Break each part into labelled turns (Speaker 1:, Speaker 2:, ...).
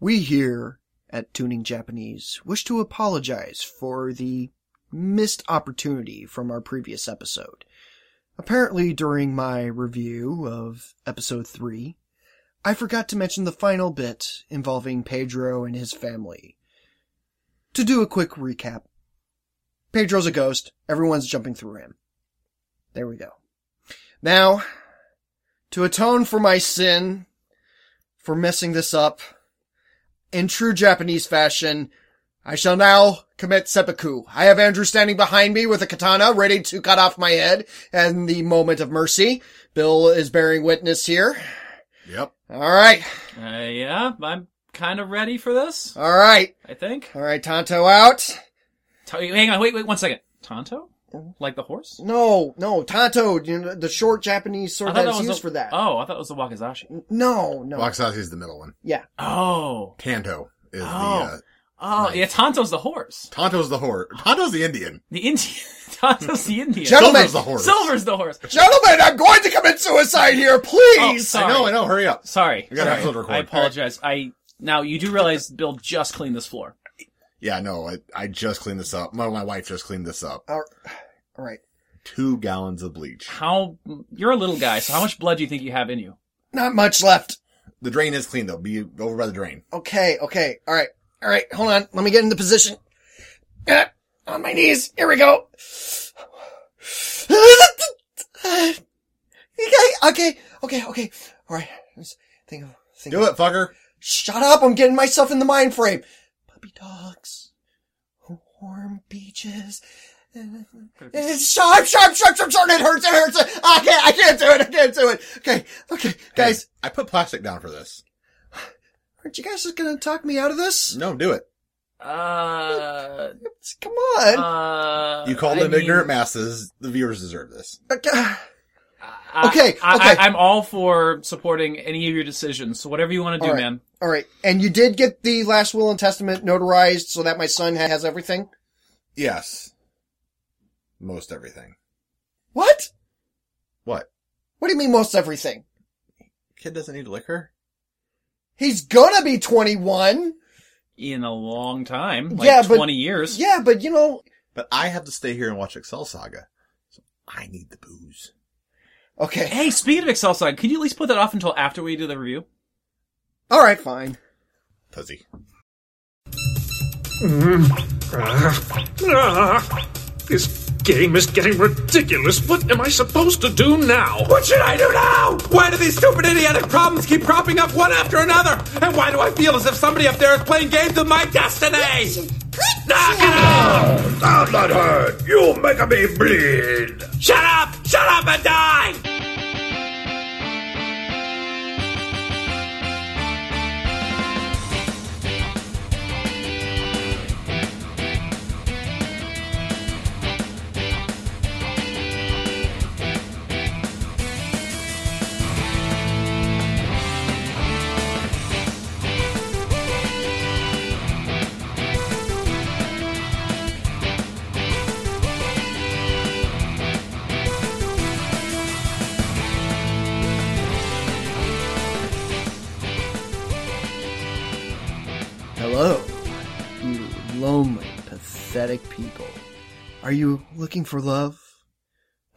Speaker 1: We here at Tuning Japanese wish to apologize for the missed opportunity from our previous episode. Apparently, during my review of episode 3, I forgot to mention the final bit involving Pedro and his family. To do a quick recap Pedro's a ghost, everyone's jumping through him. There we go. Now, to atone for my sin, for messing this up, in true Japanese fashion, I shall now commit seppuku. I have Andrew standing behind me with a katana ready to cut off my head and the moment of mercy. Bill is bearing witness here.
Speaker 2: Yep.
Speaker 1: All right.
Speaker 3: Uh, yeah, I'm kind of ready for this.
Speaker 1: All right.
Speaker 3: I think.
Speaker 1: All right. Tonto out.
Speaker 3: Ta- hang on, wait, wait, one second. Tonto? Like the horse?
Speaker 1: No, no. Tonto, you know, the short Japanese
Speaker 3: I
Speaker 1: sword
Speaker 3: thought
Speaker 1: that's
Speaker 3: was
Speaker 1: used
Speaker 3: the,
Speaker 1: for that.
Speaker 3: Oh, I thought it was the wakizashi.
Speaker 1: No, no.
Speaker 2: Waxahachie is the middle one.
Speaker 1: Yeah.
Speaker 3: Oh,
Speaker 2: Kanto is the,
Speaker 3: Oh.
Speaker 2: uh,
Speaker 3: oh, yeah. Tonto's the horse.
Speaker 2: Tonto's the whore. Tonto's the Indian.
Speaker 3: The Indian. Tonto's the Indian.
Speaker 1: Gentlemen.
Speaker 2: Silver's the horse.
Speaker 3: Silver's the horse.
Speaker 1: Gentlemen, I'm going to commit suicide here,
Speaker 3: Oh,
Speaker 1: please.
Speaker 3: sorry.
Speaker 2: I know, I know, hurry up.
Speaker 3: Sorry.
Speaker 2: We gotta
Speaker 3: sorry.
Speaker 2: episode record.
Speaker 3: I apologize. I now you do realize Bill just cleaned this floor.
Speaker 2: Yeah, no, I, I just cleaned this up. My, my wife just cleaned this up.
Speaker 1: All all right.
Speaker 2: Two gallons of bleach.
Speaker 3: How you're a little guy, so how much blood do you think you have in you?
Speaker 1: Not much left.
Speaker 2: The drain is clean though. Be over by the drain.
Speaker 1: Okay, okay. All right. All right. Hold on. Let me get into position. Ah, on my knees. Here we go. Okay, okay, okay, okay. All right. Just think of, think
Speaker 2: Do
Speaker 1: of-
Speaker 2: it, fucker.
Speaker 1: Shut up. I'm getting myself in the mind frame. Puppy dogs. Warm beaches.
Speaker 2: Eh.
Speaker 1: It's sharp, sharp, sharp, sharp, sharp. It hurts. It hurts. I can't, I can't do it. I can't do it. Okay. Okay. Guys,
Speaker 2: Hey, I put plastic down for this.
Speaker 1: aren't you guys just going to talk me out of this?
Speaker 2: No, do it.
Speaker 3: Uh,
Speaker 1: Come on.
Speaker 3: uh
Speaker 2: You called
Speaker 3: I
Speaker 2: them ignorant
Speaker 3: mean,
Speaker 2: masses. The viewers deserve this.
Speaker 1: Okay.
Speaker 3: I-
Speaker 1: Okay,
Speaker 3: I,
Speaker 1: okay.
Speaker 3: I, am all for supporting any of your decisions. So whatever you want to do,
Speaker 1: All right.
Speaker 3: man.
Speaker 1: All right. And you did get the last will and testament notarized so that my son ha- has everything?
Speaker 2: Yes. Most everything.
Speaker 1: What?
Speaker 2: What?
Speaker 1: What do you mean most everything?
Speaker 2: Kid doesn't need liquor?
Speaker 1: He's gonna be 21.
Speaker 3: In a long time, like
Speaker 1: Yeah, but-
Speaker 3: 20 years.
Speaker 1: Yeah, but you know,
Speaker 2: But I have to stay here and watch Excel Saga. So I need the booze.
Speaker 1: okay.
Speaker 3: Hey, speaking of Excel Saga, could you at least put that off until after we do the review?
Speaker 1: All right, fine.
Speaker 2: Pussy.
Speaker 4: Ah, this game is getting ridiculous. What am I supposed to do now?
Speaker 5: What should I do now? Why do these stupid idiotic problems keep cropping up one after another? And why do I feel as if somebody up there is playing games with my destiny? Knock it off!
Speaker 4: I'm not hurt. You make me bleed.
Speaker 5: Shut up! Shut up and die!
Speaker 1: Hello, you lonely, pathetic people. Are you looking for love?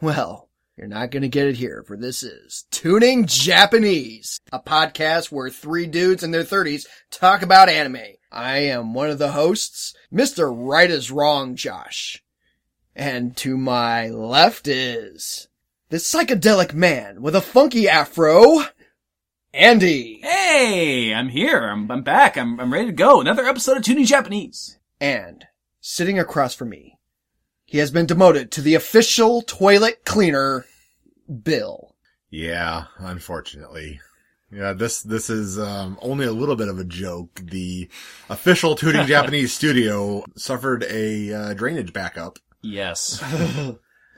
Speaker 1: Well, you're not gonna get it here, for this is Tuning Japanese, a podcast where three dudes in their thirties talk about anime. I am one of the hosts, Mr. Right is Wrong Josh. And to my left is the psychedelic man with a funky afro, Andy.
Speaker 3: Hey, I'm here. I'm, I'm back. I'm, I'm ready to go. Another episode of Tuning Japanese.
Speaker 1: and sitting across from me, he has been demoted to the official toilet cleaner, Bill.
Speaker 2: Yeah, unfortunately. Yeah, this this is um, only a little bit of a joke. The official Tooting Japanese studio suffered a uh, drainage backup,
Speaker 3: Yes.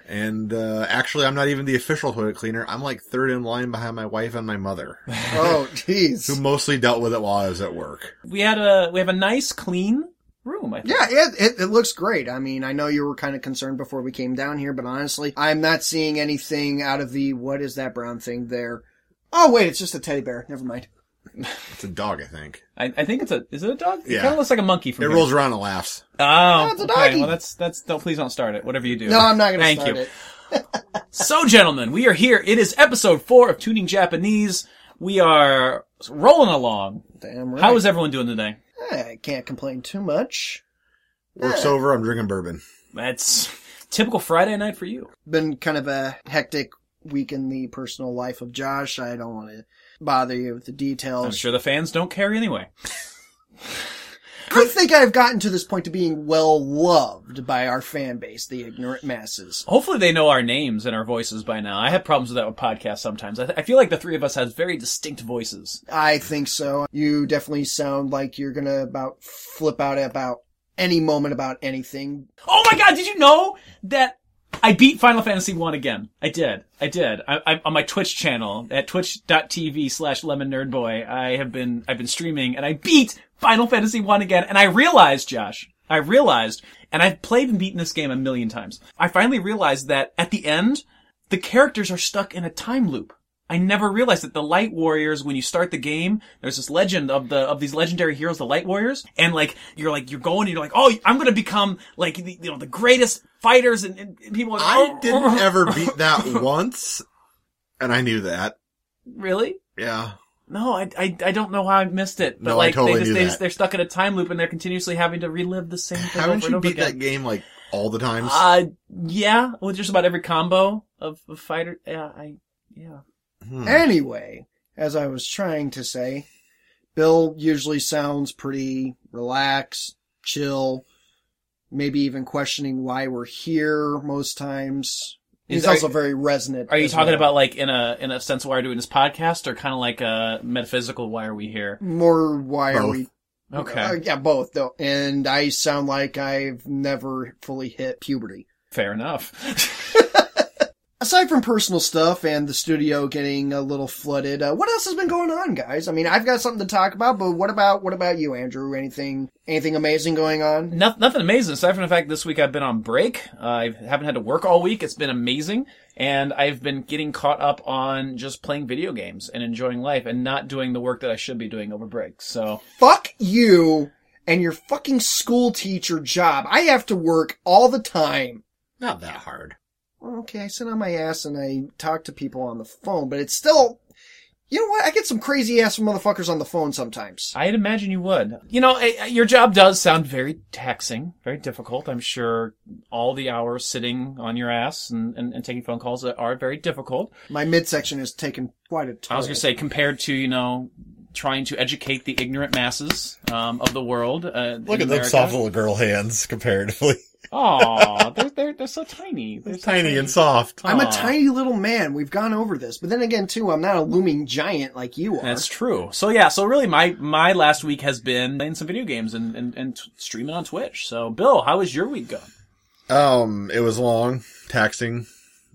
Speaker 2: and uh, actually, I'm not even the official toilet cleaner. I'm like third in line behind my wife and my mother,
Speaker 1: Oh,
Speaker 2: who
Speaker 1: jeez.
Speaker 2: mostly dealt with it while I was at work.
Speaker 3: we had a, we have a nice, clean room, I think.
Speaker 1: Yeah, it, it, it looks great. I mean, I know you were kind of concerned before we came down here, but honestly, I'm not seeing anything out of the, what is that brown thing there? Oh, wait, it's just a teddy bear. Never mind.
Speaker 2: It's a dog, I think.
Speaker 3: I, I think it's a. Is it a dog? It
Speaker 2: Yeah.
Speaker 3: kind of looks like a monkey from
Speaker 2: It
Speaker 3: here.
Speaker 2: rolls around and laughs.
Speaker 3: Oh,
Speaker 1: it's a
Speaker 3: okay.
Speaker 1: doggy.
Speaker 3: Well, that's that's. Don't please don't start it. Whatever you do.
Speaker 1: No, I'm not going to
Speaker 3: Thank
Speaker 1: start
Speaker 3: you.
Speaker 1: it.
Speaker 3: So, gentlemen, we are here. It is episode four of Tuning Japanese. We are rolling along.
Speaker 1: Damn right.
Speaker 3: How is everyone doing today?
Speaker 1: I can't complain too much.
Speaker 2: Work's over. I'm drinking bourbon.
Speaker 3: That's typical Friday night for you.
Speaker 1: Been kind of a hectic week in the personal life of Josh. I don't want to bother you with the
Speaker 3: I'm
Speaker 1: details.
Speaker 3: sure the fans don't care anyway.
Speaker 1: I think I've gotten to this point to being well loved by our fan base, the ignorant masses.
Speaker 3: Hopefully, they know our names and our voices by now. I have problems with that with podcasts sometimes. I, I feel like the three of us has very distinct voices.
Speaker 1: I think so. You definitely sound like you're gonna about flip out about any moment about anything.
Speaker 3: Oh my god! Did you know that I beat Final Fantasy One again? I did. I did. I, I, on my Twitch channel at twitch.tv slash lemon nerd boy. I have been I've been streaming and I beat Final Fantasy One again. And I realized, Josh, I realized, and I've played and beaten this game a million times. I finally realized that at the end, the characters are stuck in a time loop. I never realized that the Light Warriors, when you start the game, there's this legend of the of these legendary heroes, the Light Warriors, and like you're like you're going and you're like, oh, I'm gonna become like the, you know the greatest fighters and, and people. Are like,
Speaker 2: I
Speaker 3: "Oh,
Speaker 2: didn't ever beat that once, and I knew that.
Speaker 3: really.
Speaker 2: Yeah.
Speaker 3: No, I, I, I don't know how I missed it, but
Speaker 2: No, I
Speaker 3: like
Speaker 2: totally
Speaker 3: they just,
Speaker 2: knew
Speaker 3: they just
Speaker 2: that.
Speaker 3: they're stuck in a time loop and they're continuously having to relive the same thing
Speaker 2: Haven't
Speaker 3: over and
Speaker 2: you
Speaker 3: over
Speaker 2: beat
Speaker 3: again.
Speaker 2: that game like all the times?
Speaker 3: Uh, yeah, with just about every combo of, of fighter. Yeah, I yeah. Hmm.
Speaker 2: Hmm.
Speaker 1: Anyway, as I was trying to say, Bill usually sounds pretty relaxed, chill, maybe even questioning why we're here most times. He's
Speaker 3: Is- are-
Speaker 1: also very resonant.
Speaker 3: Are you
Speaker 1: as
Speaker 3: talking
Speaker 1: well.
Speaker 3: about like in a in a sense why are we doing this podcast or kind of like a metaphysical why are we here?
Speaker 1: more why are
Speaker 2: Both.
Speaker 1: we
Speaker 3: Okay,
Speaker 1: Uh, yeah, both though. And I sound like I've never fully hit puberty.
Speaker 3: fair enough.
Speaker 1: aside from personal stuff and the studio getting a little flooded, uh, what else has been going on, guys? I mean, I've got something to talk about, but what about what about you, Andrew? Anything anything amazing going on?
Speaker 3: Noth- nothing amazing aside from the fact this week I've been on break. Uh, I haven't had to work all week. It's been amazing, and I've been getting caught up on just playing video games and enjoying life and not doing the work that I should be doing over break. So
Speaker 1: Fuck you and your fucking school teacher job. I have to work all the time.
Speaker 2: Not that hard.
Speaker 1: Okay, I sit on my ass and I talk to people on the phone, but it's still. You know what? I get some crazy ass motherfuckers on the phone sometimes.
Speaker 3: I'd imagine you would. You know, I, I- your job does sound very taxing, very difficult. I'm sure all the hours sitting on your ass and, and, and taking phone calls are very difficult.
Speaker 1: My midsection has taken quite a time.
Speaker 3: I was going to say, compared to, you know, trying to educate the ignorant masses um, of the world. Uh,
Speaker 2: Look at those soft little girl hands comparatively.
Speaker 3: Aw, they're, they're, they're so tiny. They're so
Speaker 2: Tiny and soft.
Speaker 1: I'm a
Speaker 3: Aw.
Speaker 1: tiny little man. We've gone over this. But then again, too, I'm not a looming giant like you are.
Speaker 3: That's true. So yeah, so really my, my last week has been playing some video games and, and, and t- streaming on Twitch. So Bill, how was your week going?
Speaker 2: Um, it was long, taxing,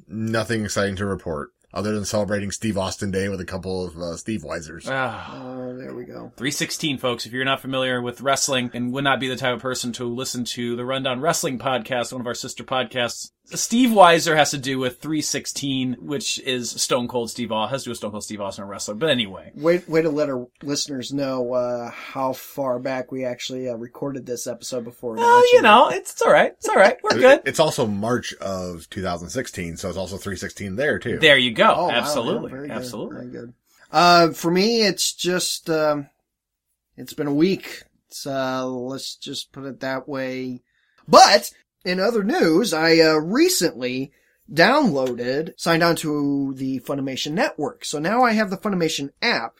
Speaker 2: nothing exciting to report other than celebrating Steve Austin Day with a couple of uh, Steve Weisers.
Speaker 3: Ah,
Speaker 1: Oh, there we go.
Speaker 3: 316 folks, if you're not familiar with wrestling and would not be the type of person to listen to the Rundown Wrestling podcast, one of our sister podcasts, Steve Weiser has to do with 316, which is Stone Cold Steve Austin, has to do with Stone Cold Steve Austin, a wrestler. But anyway,
Speaker 1: Way, way to let our listeners know uh, how far back we actually uh, recorded this episode before.
Speaker 3: well,
Speaker 1: launching
Speaker 3: you know, it's, it's all right. It's all right. We're good.
Speaker 2: It's also March of 2016, so it's also 316 there too.
Speaker 3: There you
Speaker 1: it.
Speaker 3: go.
Speaker 1: Oh, wow, yeah,
Speaker 3: absolutely.
Speaker 1: very good,
Speaker 3: absolutely.
Speaker 1: very good. Uh, for me, it's just um, it's been a week. It's, uh, let's just put it that way. But in other news, I uh, recently downloaded, signed on to the Funimation network. So now I have the Funimation app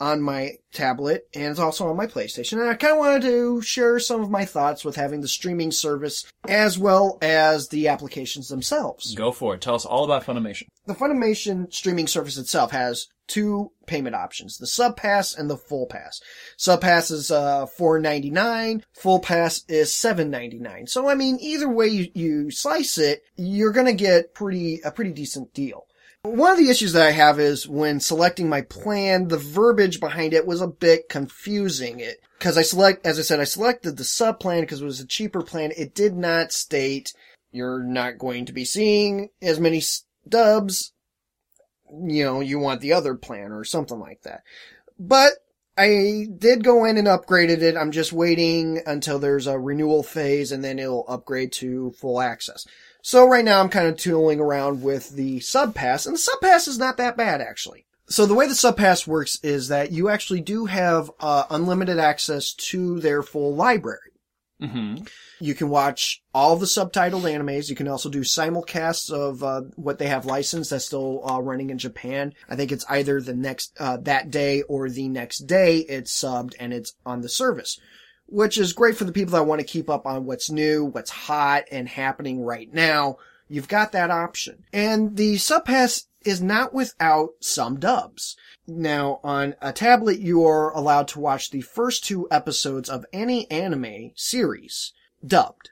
Speaker 1: on my tablet and it's also on my PlayStation. And I kind of wanted to share some of my thoughts with having the streaming service as well as the applications themselves.
Speaker 3: Go for it. Tell us all about Funimation.
Speaker 1: The Funimation streaming service itself has two payment options, the sub pass and the full pass. Sub pass is, uh, four ninety nine, full pass is seven ninety nine. So, I mean, either way you, you slice it, you're gonna get pretty, a pretty decent deal. One of the issues that I have is when selecting my plan, the verbiage behind it was a bit confusing. It, cause I select, as I said, I selected the sub plan because it was a cheaper plan. It did not state you're not going to be seeing as many s- dubs. You know, you want the other plan or something like that. But I did go in and upgraded it. I'm just waiting until there's a renewal phase and then it'll upgrade to full access. So right now I'm kind of tooling around with the sub pass and the sub pass is not that bad actually. So the way the sub pass works is that you actually do have uh, unlimited access to their full library.
Speaker 3: Mm-hmm.
Speaker 1: You can watch all the subtitled animes. You can also do simulcasts of uh, what they have licensed that's still uh, running in Japan. I think it's either the next uh, that day or the next day it's subbed and it's on the service, which is great for the people that want to keep up on what's new, what's hot and happening right now. You've got that option, and the subpass is not without some dubs. Now, on a tablet, you are allowed to watch the first two episodes of any anime series dubbed.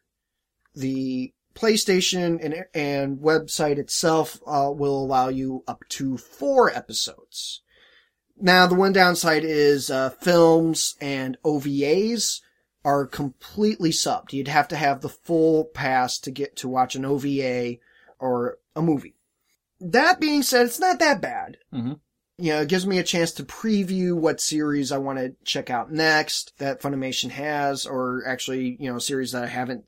Speaker 1: The PlayStation and, and website itself uh, will allow you up to four episodes. Now, the one downside is uh, films and OVAs are completely subbed. You'd have to have the full pass to get to watch an OVA or a movie that being said, it's not that bad.
Speaker 3: Mhm.
Speaker 1: You know, it gives me a chance to preview what series I want to check out next that Funimation has, or actually, you know, series that I haven't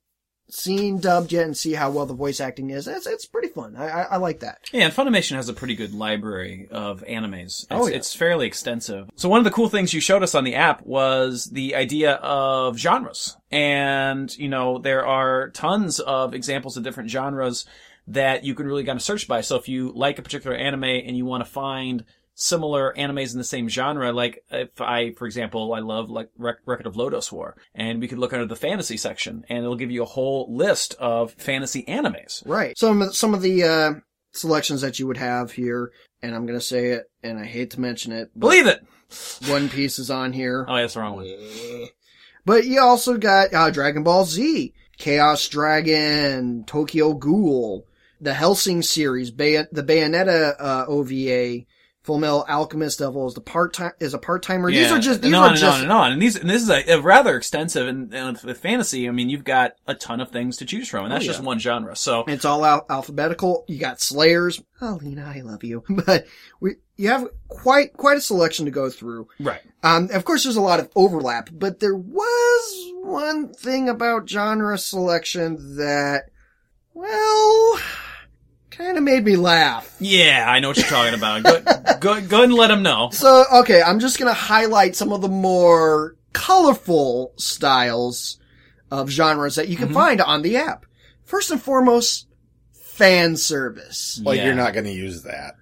Speaker 1: seen dubbed yet and see how well the voice acting is. It's, it's pretty fun. I, I, I like that.
Speaker 3: Yeah, and Funimation has a pretty good library of animes. It's,
Speaker 1: Oh, yeah.
Speaker 3: it's fairly extensive. So one of the cool things you showed us on the app was the idea of genres. And, you know, there are tons of examples of different genres that you can really kind of search by. So if you like a particular anime and you want to find similar animes in the same genre, like if I, for example, I love like Rec- Record of Lodos War, and we could look under the fantasy section and it'll give you a whole list of fantasy animes.
Speaker 1: Right. Some of, some of the, uh, selections that you would have here, and I'm gonna say it, and I hate to mention it, but
Speaker 3: Believe it!
Speaker 1: One Piece is on here.
Speaker 3: Oh, yeah, that's the wrong one.
Speaker 1: But you also got uh, Dragon Ball Z, Chaos Dragon, Tokyo Ghoul, the Helsing series, Bay- the Bayonetta uh, OVA, Full Metal Alchemist Devil is the part time is a part timer. These
Speaker 3: Yeah,
Speaker 1: are just
Speaker 3: and
Speaker 1: these
Speaker 3: on
Speaker 1: are
Speaker 3: and
Speaker 1: just
Speaker 3: on and on. And these and this is a, a rather extensive and, and with fantasy. I mean, you've got a ton of things to choose from, and that's
Speaker 1: Oh, yeah.
Speaker 3: just one genre. So
Speaker 1: It's all al- alphabetical. You got Slayers. Oh, Lena, I love you, but we you have quite quite a selection to go through.
Speaker 3: right,
Speaker 1: Um, of course, there's a lot of overlap, but there was one thing about genre selection that, well, kind of made me laugh.
Speaker 3: yeah, I know what you're talking about. Go go go ahead and let them know.
Speaker 1: So, okay, I'm just gonna highlight some of the more colorful styles of genres that you can find on the app. First and foremost, fan service.
Speaker 2: Like
Speaker 3: Yeah.
Speaker 2: you're not going to use that.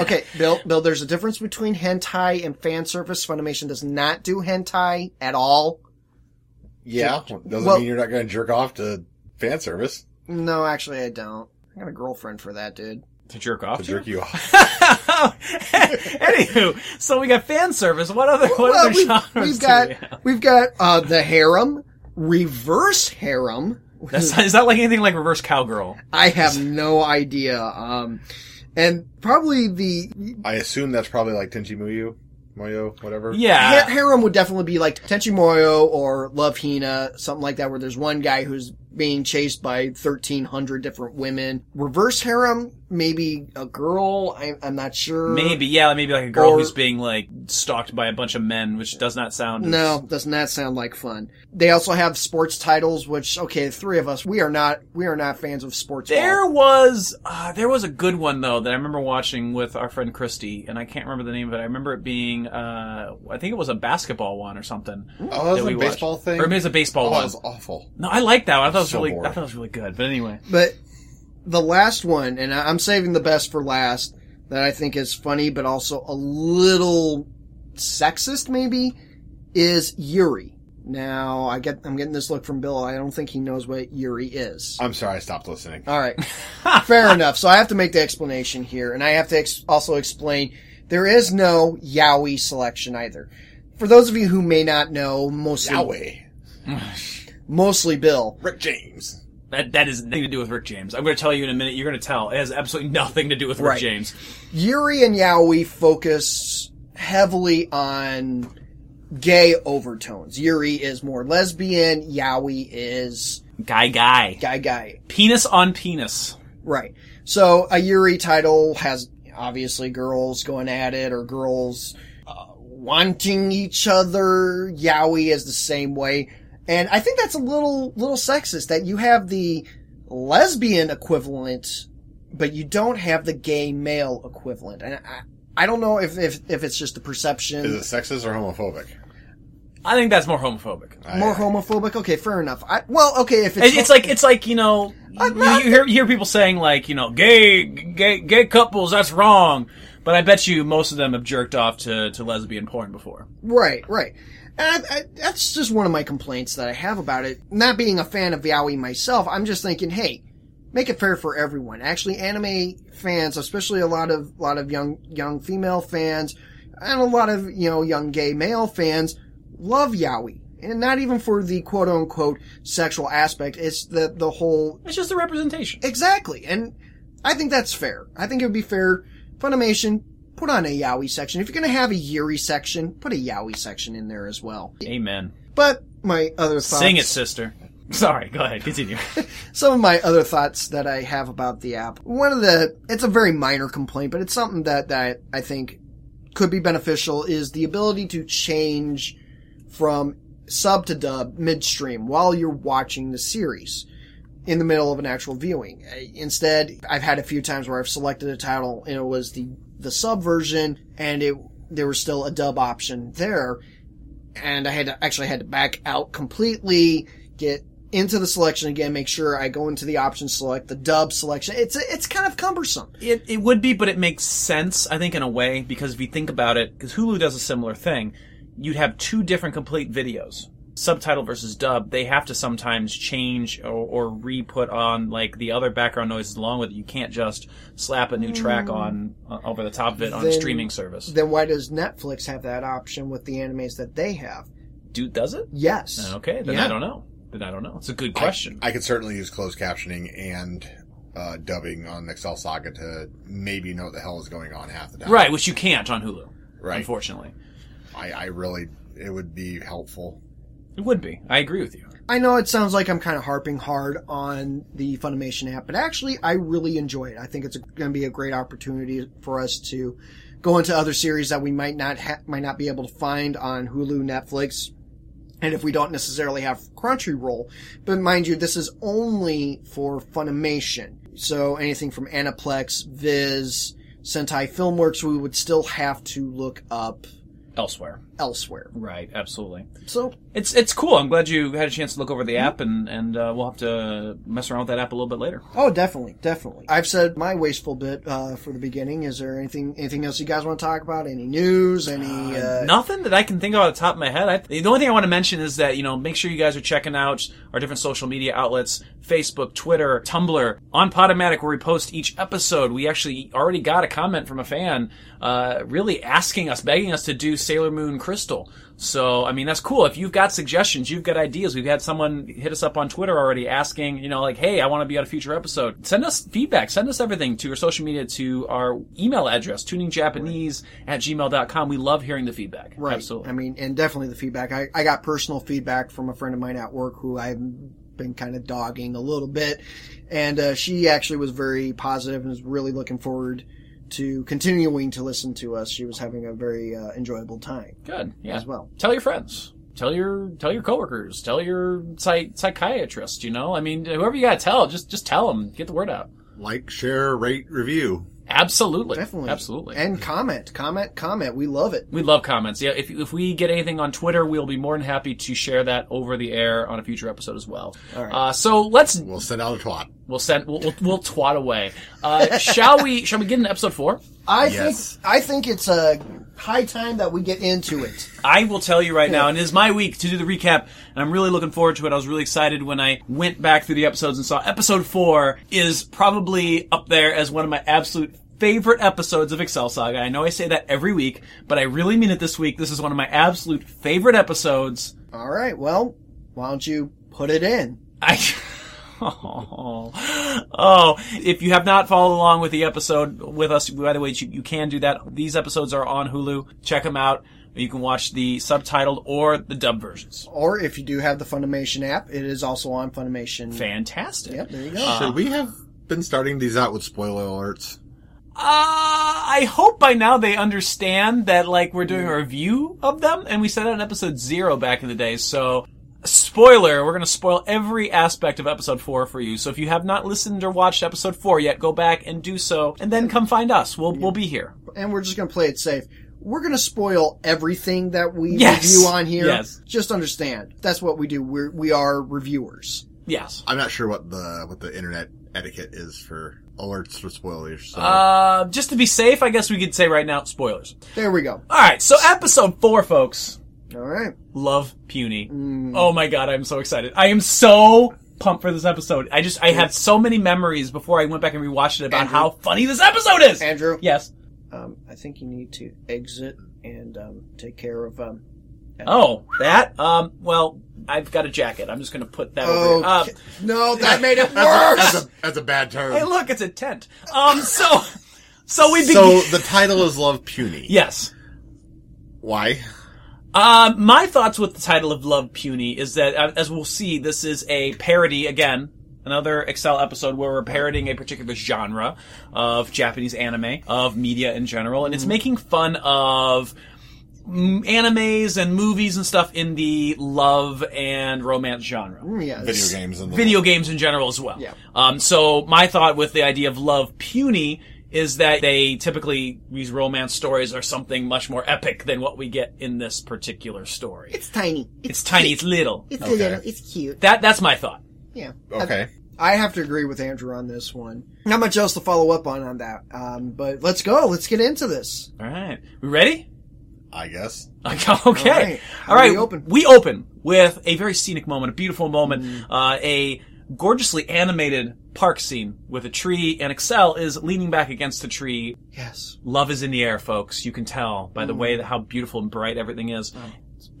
Speaker 1: Okay, Bill, Bill, there's a difference between hentai and fan service. Funimation does not do hentai at all.
Speaker 2: Yeah, doesn't
Speaker 1: Well-
Speaker 2: mean you're not going to jerk off to fan service
Speaker 1: No, actually, I don't. I got a girlfriend for that, dude.
Speaker 3: to jerk off.
Speaker 2: to
Speaker 3: to?
Speaker 2: jerk you off.
Speaker 3: Anywho, so we got fan service. What other what
Speaker 1: Well,
Speaker 3: other
Speaker 1: we've,
Speaker 3: genres
Speaker 1: we've
Speaker 3: do
Speaker 1: got
Speaker 3: we have?
Speaker 1: we've got uh, the harem, reverse harem.
Speaker 3: That's, is that like anything like reverse cowgirl?
Speaker 1: I have no idea. Um, and probably the
Speaker 2: I assume that's probably like Tenchi Muyo, Moyo, whatever.
Speaker 1: ha-
Speaker 3: Yeah,
Speaker 1: harem would definitely be like Tenchi Muyo or Love Hina, something like that, where there's one guy who's being chased by 1,300 different women. Reverse harem, maybe a girl. I, I'm not sure.
Speaker 3: maybe. Yeah, maybe like a girl
Speaker 1: Or-
Speaker 3: who's being like stalked by a bunch of men, which does not sound as-
Speaker 1: No, does not sound like fun. They also have sports titles, which okay, the three of us we are not we are not fans of sports. ball.
Speaker 3: There was uh, there was a good one though that I remember watching with our friend Christy, and I can't remember the name of it. I remember it being uh, I think it was a basketball one or something.
Speaker 2: Oh, that
Speaker 3: that
Speaker 2: was
Speaker 3: we
Speaker 2: a baseball
Speaker 3: watched.
Speaker 2: thing.
Speaker 3: Or maybe it was a baseball
Speaker 2: oh, that
Speaker 3: one.
Speaker 2: was awful.
Speaker 3: No, I like that one. I thought it was
Speaker 2: So
Speaker 3: really
Speaker 2: boring.
Speaker 3: I thought it was really good. But anyway,
Speaker 1: But the last one, and I- I'm saving the best for last, that I think is funny, but also a little sexist, maybe, is Yuri. Now, I get, I'm getting this look from Bill. I don't think he knows what Yuri is.
Speaker 2: I'm sorry, I stopped
Speaker 3: Uh,
Speaker 2: listening.
Speaker 1: All right. Fair enough. So I have to make the explanation here, and I have to ex- also explain there is no yaoi selection either. For those of you who may not know, mostly
Speaker 2: Yahweh,
Speaker 1: mostly Bill,
Speaker 2: Rick James.
Speaker 3: that that is nothing to do with Rick James. I'm going to tell you in a minute. You're going to tell it has absolutely nothing to do with Rick
Speaker 1: Right.
Speaker 3: James.
Speaker 1: Yuri and Yaoi focus heavily on gay overtones. Yuri is more lesbian, Yaoi is
Speaker 3: Guy, guy,
Speaker 1: guy guy.
Speaker 3: penis on penis.
Speaker 1: Right. So a Yuri title has obviously girls going at it or girls uh, wanting each other. Yaoi is the same way. And I think that's a little, little sexist that you have the lesbian equivalent, but you don't have the gay male equivalent. And I, I don't know if, if, if it's just the perception.
Speaker 2: Is it sexist or homophobic?
Speaker 3: I think that's more homophobic.
Speaker 2: I-
Speaker 1: more homophobic? Okay, fair enough. I, well, okay, if it's,
Speaker 3: It- It's like it's like you know you, you hear you hear people saying like you know gay gay gay couples that's wrong, but I bet you most of them have jerked off to, to lesbian porn before.
Speaker 1: Right, right. And I, I, that's just one of my complaints that I have about it. Not being a fan of yaoi myself, I'm just thinking, hey, make it fair for everyone. Actually, anime fans, especially a lot of lot of young young female fans, and a lot of you know young gay male fans love yaoi, and not even for the quote unquote sexual aspect. It's the the whole
Speaker 3: It's just a representation.
Speaker 1: Exactly. And I think that's fair. I think it would be fair. Funimation, put on a yaoi section. If you're going to have a yuri section, put a yaoi section in there as well.
Speaker 3: Amen.
Speaker 1: But my other thoughts.
Speaker 3: Sing it, sister. Sorry, go ahead, continue.
Speaker 1: some of my other thoughts that I have about the app. One of the, it's a very minor complaint, but it's something that, that I think could be beneficial is the ability to change from sub to dub midstream while you're watching the series in the middle of an actual viewing. Uh, Instead, I've had a few times where I've selected a title and it was the, the sub version and it, there was still a dub option there and I had to actually had to back out completely, get into the selection again, make sure I go into the option select, the dub selection. It's it's kind of cumbersome.
Speaker 3: It, it would be, but it makes sense, I think, in a way, because if you think about it, because Hulu does a similar thing, you'd have two different complete videos. Subtitle versus dub, they have to sometimes change or, or re put on like the other background noises along with it. You can't just slap a new track on uh, over the top of it on a
Speaker 1: Then-
Speaker 3: streaming service.
Speaker 1: Then why does Netflix have that option with the animes that they have?
Speaker 3: Dude does it?
Speaker 1: Yes.
Speaker 3: Okay, then
Speaker 1: Yeah.
Speaker 3: I don't know. Then I don't know. It's a good question.
Speaker 2: I could certainly use closed captioning and uh, dubbing on Excel Saga to maybe know what the hell is going on half the time.
Speaker 3: right, which you can't on Hulu,
Speaker 2: Right.
Speaker 3: unfortunately.
Speaker 2: I, I really, it would be helpful.
Speaker 3: It would be. I agree with you.
Speaker 1: I know it sounds like I'm kind of harping hard on the Funimation app, but actually I really enjoy it. I think it's going to be a great opportunity for us to go into other series that we might not ha- might not be able to find on Hulu, Netflix, and if we don't necessarily have Crunchyroll. But mind you, this is only for Funimation. So anything from Aniplex, Viz, Sentai Filmworks, we would still have to look up
Speaker 3: Elsewhere.
Speaker 1: elsewhere.
Speaker 3: Right, absolutely.
Speaker 1: So
Speaker 3: It's it's cool. I'm glad you had a chance to look over the app, and and uh, we'll have to mess around with that app a little bit later.
Speaker 1: Oh, definitely, definitely. I've said my wasteful bit uh, for the beginning. Is there anything anything else you guys want to talk about? Any news? Any? Uh,
Speaker 3: Nothing that I can think of off the top of my head. I, the only thing I want to mention is that you know make sure you guys are checking out our different social media outlets: Facebook, Twitter, Tumblr, on Podomatic, where we post each episode. We actually already got a comment from a fan, uh, really asking us, begging us to do Sailor Moon Crystal. So I mean that's cool. If you've got suggestions, you've got ideas. We've had someone hit us up on Twitter already asking, you know, like, hey, I want to be on a future episode. Send us feedback. Send us everything to your social media to our email address, tuningjapanese at gmail.com. We love hearing the feedback.
Speaker 1: right.
Speaker 3: Absolutely.
Speaker 1: I mean, and definitely the feedback. I, I got personal feedback from a friend of mine at work who I've been kind of dogging a little bit, and uh, she actually was very positive and was really looking forward to continuing to listen to us. She was having a very uh, enjoyable time.
Speaker 3: Good. Yeah.
Speaker 1: As well.
Speaker 3: Tell your friends. Tell your tell your coworkers. Tell your psych- psychiatrist. You know, I mean, whoever you gotta tell, just just tell them. Get the word out.
Speaker 2: Like, share, rate, review.
Speaker 3: Absolutely.
Speaker 1: Definitely,
Speaker 3: Absolutely.
Speaker 1: And comment, comment, comment. We love it.
Speaker 3: we love comments. Yeah, if, if we get anything on Twitter, we'll be more than happy to share that over the air on a future episode as well. All right. Uh, so let's
Speaker 2: We'll send out a twat.
Speaker 3: we'll send we'll, we'll, we'll twat away. Uh, shall we? Shall we get into episode four?
Speaker 1: I
Speaker 2: Yes.
Speaker 1: think I think it's a high time that we get into it.
Speaker 3: I will tell you right now, and it is my week to do the recap, and I'm really looking forward to it. I was really excited when I went back through the episodes and saw episode four is probably up there as one of my absolute favorite episodes of Excel Saga. I know I say that every week, but I really mean it this week. This is one of my absolute favorite episodes.
Speaker 1: All right. Well, why don't you put it in?
Speaker 3: I. Oh, oh, if you have not followed along with the episode with us, by the way, you, you can do that. These episodes are on Hulu. Check them out. You can watch the subtitled or the dub versions.
Speaker 1: Or if you do have the Funimation app, it is also on Funimation.
Speaker 3: Fantastic. Uh-huh.
Speaker 1: Yep. There you go.
Speaker 2: Should we have been starting these out with spoiler alerts?
Speaker 3: Uh, I hope by now they understand that like we're doing a review of them, and we said that in episode zero back in the day. So, spoiler: we're gonna spoil every aspect of episode four for you. So if you have not listened or watched episode four yet, go back and do so, and then come find us. We'll we'll be here.
Speaker 1: and we're just going to play it safe. We're going to spoil everything that we
Speaker 3: Yes.
Speaker 1: review on here.
Speaker 3: Yes.
Speaker 1: Just understand. That's what we do. We're, we are reviewers.
Speaker 3: Yes.
Speaker 2: I'm not sure what the what the internet etiquette is for alerts for spoilers. So
Speaker 3: Uh, just to be safe, I guess we could say right now spoilers.
Speaker 1: There we go.
Speaker 3: All right, so episode four, folks.
Speaker 1: All right.
Speaker 3: Love Puny. Oh my god, I'm so excited. I am so pumped for this episode. I just I had so many memories before I went back and rewatched it about
Speaker 1: Andrew?
Speaker 3: how funny this episode is.
Speaker 1: Andrew?
Speaker 3: Yes.
Speaker 1: Um, I think you need to exit and um, take care of. Um,
Speaker 3: Oh, that. Um. Well, I've got a jacket. I'm just gonna put that over. Here. Um,
Speaker 1: Okay. no, that made it worse.
Speaker 2: that's a that's a bad term.
Speaker 3: hey, look, it's a tent. Um. So, so we begin.
Speaker 2: so the title is Love Puny.
Speaker 3: yes.
Speaker 2: Why?
Speaker 3: Uh, my thoughts with the title of Love Puny is that, uh, as we'll see, this is a parody again. Another Excel episode where we're parodying a particular genre of Japanese anime, of media in general, and it's making fun of mm, animes and movies and stuff in the love and romance genre
Speaker 1: yes.
Speaker 2: Video games and the
Speaker 3: video games in general as well.
Speaker 1: Yeah.
Speaker 3: Um, so my thought with the idea of love puny is that they typically these romance stories are something much more epic than what we get in this particular story.
Speaker 1: It's
Speaker 3: It's,
Speaker 1: tiny. It's,
Speaker 3: tiny, it's little.
Speaker 1: it's a little. It's cute.
Speaker 3: That that's my thought.
Speaker 1: Yeah.
Speaker 2: Okay.
Speaker 1: I, I have to agree with Andrew on this one. Not much else to follow up on on that. Um, but let's go. Let's get into this.
Speaker 3: All right, we ready?
Speaker 2: I guess.
Speaker 3: Okay. All right.
Speaker 1: right.
Speaker 3: All right.
Speaker 1: We open.
Speaker 3: We open with a very scenic moment, a beautiful moment,
Speaker 1: Mm.
Speaker 3: uh, a gorgeously animated park scene with a tree, and Excel is leaning back against the tree,
Speaker 1: Yes.
Speaker 3: love is in the air, folks. You can tell by the way that how beautiful and bright everything is.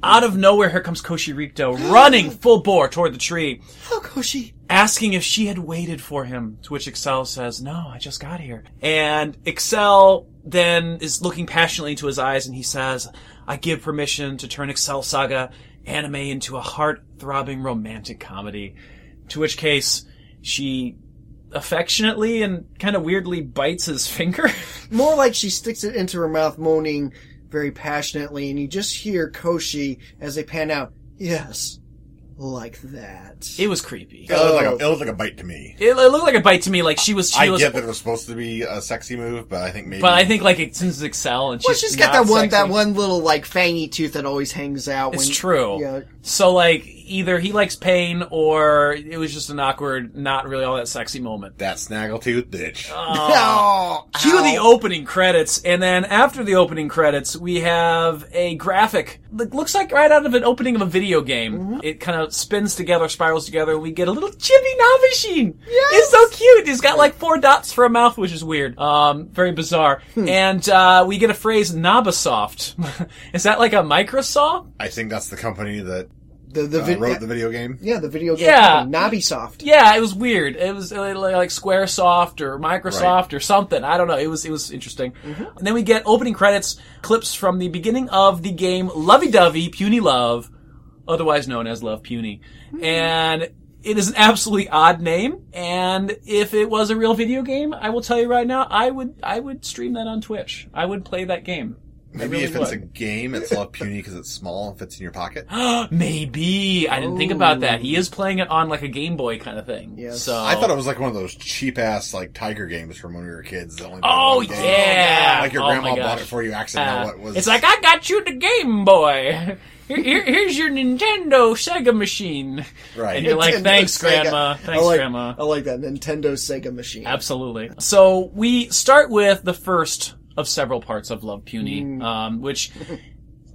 Speaker 3: Out of nowhere, here comes Koshirikto running full bore toward the tree,
Speaker 1: Oh, Koshi.
Speaker 3: asking if she had waited for him, to which Excel says, no, I just got here. And Excel then is looking passionately into his eyes and he says, I give permission to turn Excel Saga anime into a heart-throbbing romantic comedy. To which case, she affectionately and kind of weirdly bites his finger.
Speaker 1: More like she sticks it into her mouth, moaning very passionately, and you just hear Koshi as they pan out. Yes. Like that.
Speaker 3: It was creepy.
Speaker 2: It looked, like a, it looked like a bite to me.
Speaker 3: It, it looked like a bite to me. Like she was, she
Speaker 2: I
Speaker 3: was.
Speaker 2: get that it was supposed to be a sexy move, but I think maybe.
Speaker 3: But I think like it, since it's Excel and she's,
Speaker 1: well, she's got
Speaker 3: not
Speaker 1: that one, that
Speaker 3: sexy,
Speaker 1: one little like fangy tooth that always hangs out.
Speaker 3: It's
Speaker 1: when,
Speaker 3: true.
Speaker 1: Yeah.
Speaker 3: So like either he likes pain or it was just an awkward, not really all that sexy moment.
Speaker 2: that snaggletooth bitch.
Speaker 3: Uh,
Speaker 1: Oh,
Speaker 3: Cue
Speaker 1: ow.
Speaker 3: Um, the opening credits, and then after the opening credits, we have a graphic that looks like right out of an opening of a video game. It kind of spins together, spirals together, and we get a little chibi Navashin. It's so cute. He's got like four dots for a mouth, which is weird. Um, very bizarre. And uh, we get a phrase Nabasoft. is that like a Microsoft?
Speaker 2: I think that's the company that
Speaker 1: the the,
Speaker 2: uh,
Speaker 1: vid-
Speaker 2: wrote the video game.
Speaker 1: yeah the video game
Speaker 3: Yeah.
Speaker 1: company, Nabisoft.
Speaker 3: Yeah, it was weird. It was uh, like like SquareSoft or Microsoft or something. I don't know. It was it was interesting. And then we get opening credits clips from the beginning of the game Lovey Dovey Puny Love, otherwise known as Love Puny, and it is an absolutely odd name. And if it was a real video game, I will tell you right now, I would I would stream that on Twitch. I would play that game.
Speaker 2: Maybe
Speaker 3: really
Speaker 2: if it's
Speaker 3: would.
Speaker 2: a game, it's love puny because it's small and fits in your pocket.
Speaker 3: Maybe I didn't think about that. He is playing it on like a Game Boy kind of thing.
Speaker 1: Yes.
Speaker 3: So
Speaker 2: I thought it was like one of those cheap ass like tiger games from when we were kids. That only played
Speaker 3: Oh
Speaker 2: one game.
Speaker 3: yeah!
Speaker 2: like your
Speaker 3: Oh, my
Speaker 2: grandma bought
Speaker 3: gosh.
Speaker 2: it for you
Speaker 3: Uh,
Speaker 2: accidentally. What was?
Speaker 3: It's like I got you the Game Boy. Here, here- here's your Nintendo Sega machine.
Speaker 2: Right.
Speaker 3: And you're like,
Speaker 1: Nintendo
Speaker 3: thanks,
Speaker 1: Sega.
Speaker 3: Grandma.
Speaker 1: I
Speaker 3: Thanks,
Speaker 1: like,
Speaker 3: Grandma.
Speaker 1: I like that Nintendo Sega machine.
Speaker 3: Absolutely. So we start with the first of several parts of Love Puny,
Speaker 1: Hmm.
Speaker 3: um, which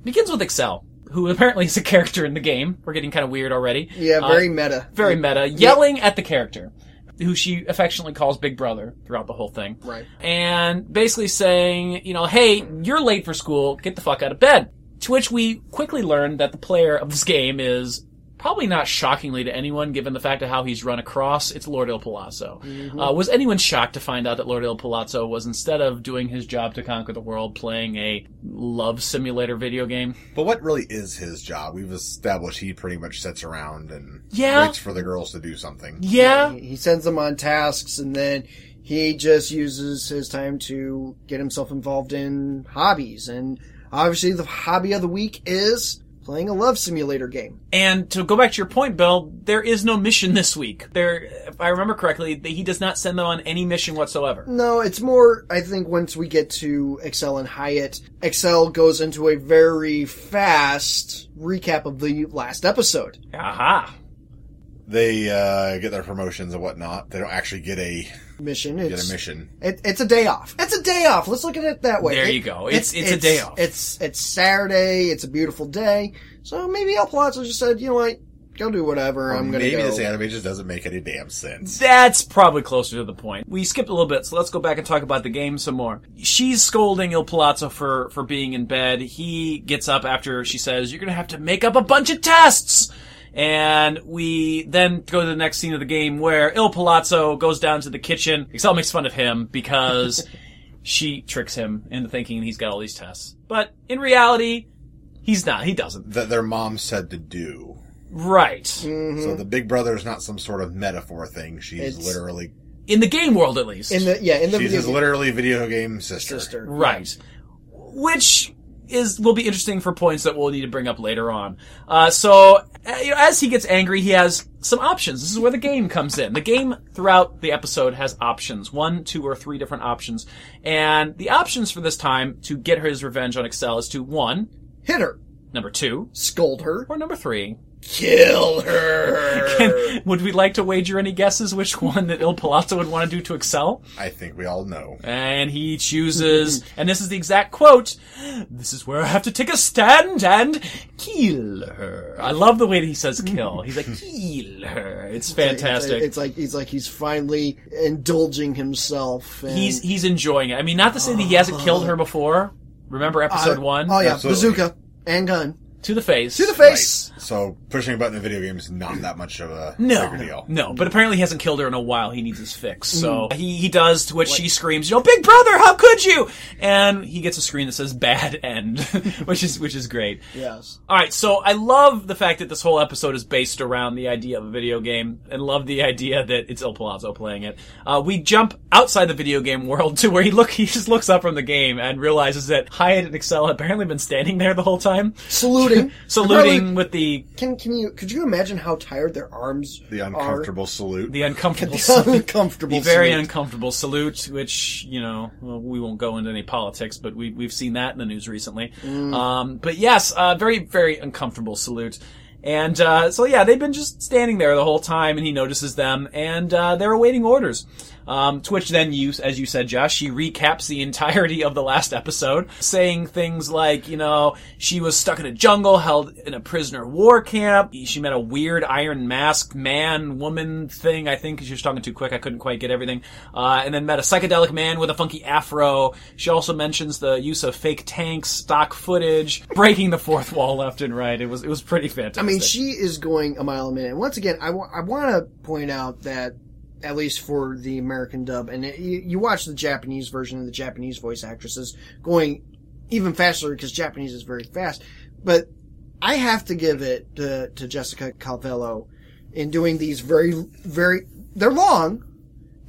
Speaker 3: begins with Excel, who apparently is a character in the game. We're getting kind of weird already.
Speaker 1: Yeah,
Speaker 3: Uh,
Speaker 1: very meta.
Speaker 3: very meta, yelling at the character, who she affectionately calls Big Brother throughout the whole thing.
Speaker 1: Right.
Speaker 3: And basically saying, you know, hey, you're late for school, get the fuck out of bed. To which we quickly learn that the player of this game is probably not shockingly to anyone, given the fact of how he's run across, it's Lord Il Palazzo. Uh, was anyone shocked to find out that Lord Il Palazzo was, instead of doing his job to conquer the world, playing a love simulator video game?
Speaker 2: but what really is his job? We've established he pretty much sits around and
Speaker 3: Yeah.
Speaker 2: waits for the girls to do something.
Speaker 3: Yeah.
Speaker 1: He sends them on tasks, and then He just uses his time to get himself involved in hobbies. And obviously the hobby of the week is playing a love simulator game.
Speaker 3: And to go back to your point, Bill, there is no mission this week. There, if I remember correctly, that he does not send them on any mission whatsoever.
Speaker 1: No, it's more, I think once we get to Excel and Hyatt, Excel goes into a very fast recap of the last episode.
Speaker 3: Aha!
Speaker 2: They uh, get their promotions and whatnot. They don't actually get a
Speaker 1: Mission.
Speaker 2: get
Speaker 1: It's,
Speaker 2: a mission.
Speaker 1: It, it's a day off. It's a day off. Let's look at it that way.
Speaker 3: There
Speaker 1: It-
Speaker 3: you go. It's- it's a day off.
Speaker 1: It's it's Saturday. It's a beautiful day. So maybe El Palazzo just said, you know what, go do whatever. I'm gonna
Speaker 2: Maybe
Speaker 1: go.
Speaker 2: this anime just doesn't make any damn sense.
Speaker 3: That's probably closer to the point. We skipped a little bit, so let's go back and talk about the game some more. She's scolding Il Palazzo for, for being in bed. He gets up after she says, you're gonna have to make up a bunch of tests! And we then go to the next scene of the game where Il Palazzo goes down to the kitchen. Excel makes fun of him because she tricks him into thinking he's got all these tests. But in reality, he's not. He doesn't.
Speaker 2: That their mom said to do.
Speaker 3: Right.
Speaker 1: Mm.
Speaker 2: So the Big Brother is not some sort of metaphor thing. She's
Speaker 1: Mm-hmm. It's-
Speaker 2: literally
Speaker 3: In the game world, at least.
Speaker 1: In the yeah, in the
Speaker 2: she's
Speaker 1: video
Speaker 2: his
Speaker 1: game
Speaker 2: literally video game sister.
Speaker 1: sister.
Speaker 3: Right. Which is will be interesting for points that we'll need to bring up later on. Uh, so uh, you know, as he gets angry, he has some options. This is where the game comes in. The game throughout the episode has options, one, two, or three different options, and the options for this time to get his revenge on Excel is to one,
Speaker 1: Hit her,
Speaker 3: number two,
Speaker 1: scold her,
Speaker 3: or number three.
Speaker 1: kill her.
Speaker 3: And would we like to wager any guesses which one that Il Palazzo would want to do to Excel?
Speaker 2: I think we all know.
Speaker 3: And he chooses, and this is the exact quote, this is where I have to take a stand and kill her. I love the way that he says kill. He's like, kill her. It's fantastic.
Speaker 1: It's like he's like he's finally indulging himself. And
Speaker 3: he's, he's enjoying it. I mean, not to say that he hasn't killed her before. Remember episode one?
Speaker 1: Oh yeah,
Speaker 2: Absolutely.
Speaker 1: bazooka and gun
Speaker 3: To the face.
Speaker 1: to the face.
Speaker 2: So pushing a button in video games is not that much of a
Speaker 3: No,
Speaker 2: bigger deal.
Speaker 3: no, but apparently he hasn't killed her in a while. He needs his fix. So
Speaker 1: Mm-hmm.
Speaker 3: he, he does to which she screams, you know, big brother, how could you? And he gets a screen that says bad end, which is, which is great.
Speaker 1: Yes.
Speaker 3: All right, so I love the fact that this whole episode is based around the idea of a video game, and love the idea that it's El Palazzo playing it. Uh, we jump outside the video game world to where he look he just looks up from the game and realizes that Hyatt and Excel have apparently been standing there the whole time,
Speaker 1: Saluting.
Speaker 3: saluting with the
Speaker 1: Can can you could you imagine how tired their arms
Speaker 2: The uncomfortable salute.
Speaker 3: the uncomfortable,
Speaker 1: are?
Speaker 3: salute,
Speaker 1: uncomfortable.
Speaker 3: the very
Speaker 1: salute.
Speaker 3: uncomfortable salute, which you know well, we won't go into any politics, but we we've seen that in the news recently.
Speaker 1: Mm.
Speaker 3: Um, but yes, uh, very very uncomfortable salute. And uh, so yeah, they've been just standing there the whole time, and he notices them, and uh, they're awaiting orders. Um, to which then you, as you said, Josh, she recaps the entirety of the last episode, saying things like, you know, she was stuck in a jungle, held in a prisoner of war camp. She met a weird iron masked man, woman thing, I think. She was talking too quick. I couldn't quite get everything. Uh, and then met a psychedelic man with a funky afro. She also mentions the use of fake tanks, stock footage, breaking the fourth wall left and right. It was, it was pretty fantastic.
Speaker 1: I mean, she is going a mile a minute. And once again, I want to point out that, at least for the American dub, and it, you, you watch the Japanese version of the Japanese voice actresses going even faster because Japanese is very fast. But I have to give it to, to Jessica Calvello in doing these very, very, they're long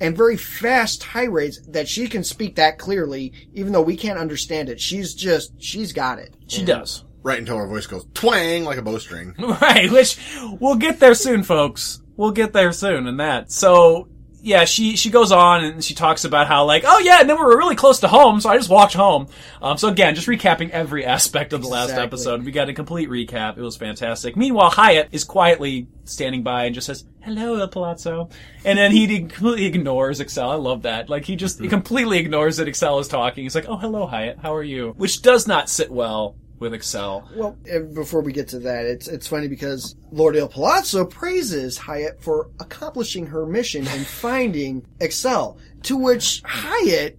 Speaker 1: and very fast tirades that she can speak that clearly, even though we can't understand it. She's just, she's got it.
Speaker 3: she does.
Speaker 2: Right until her voice goes twang like a bowstring.
Speaker 3: Right, which we'll get there soon, folks. We'll get there soon in that. So yeah, she she goes on and she talks about how like, oh yeah, and then we were really close to home, so I just walked home. Um, so again, just recapping every aspect of the last
Speaker 1: Exactly.
Speaker 3: episode. We got a complete recap. It was fantastic. Meanwhile, Hyatt is quietly standing by and just says, "Hello, El Palazzo," and then he completely ignores Excel. I love that. Like he just he completely ignores that Excel is talking. He's like, "Oh, hello, Hyatt. How are you?" Which does not sit well with Excel.
Speaker 1: Well, eh, before we get to that, it's it's funny because Lord El Palazzo praises Hyatt for accomplishing her mission and finding Excel, to which Hyatt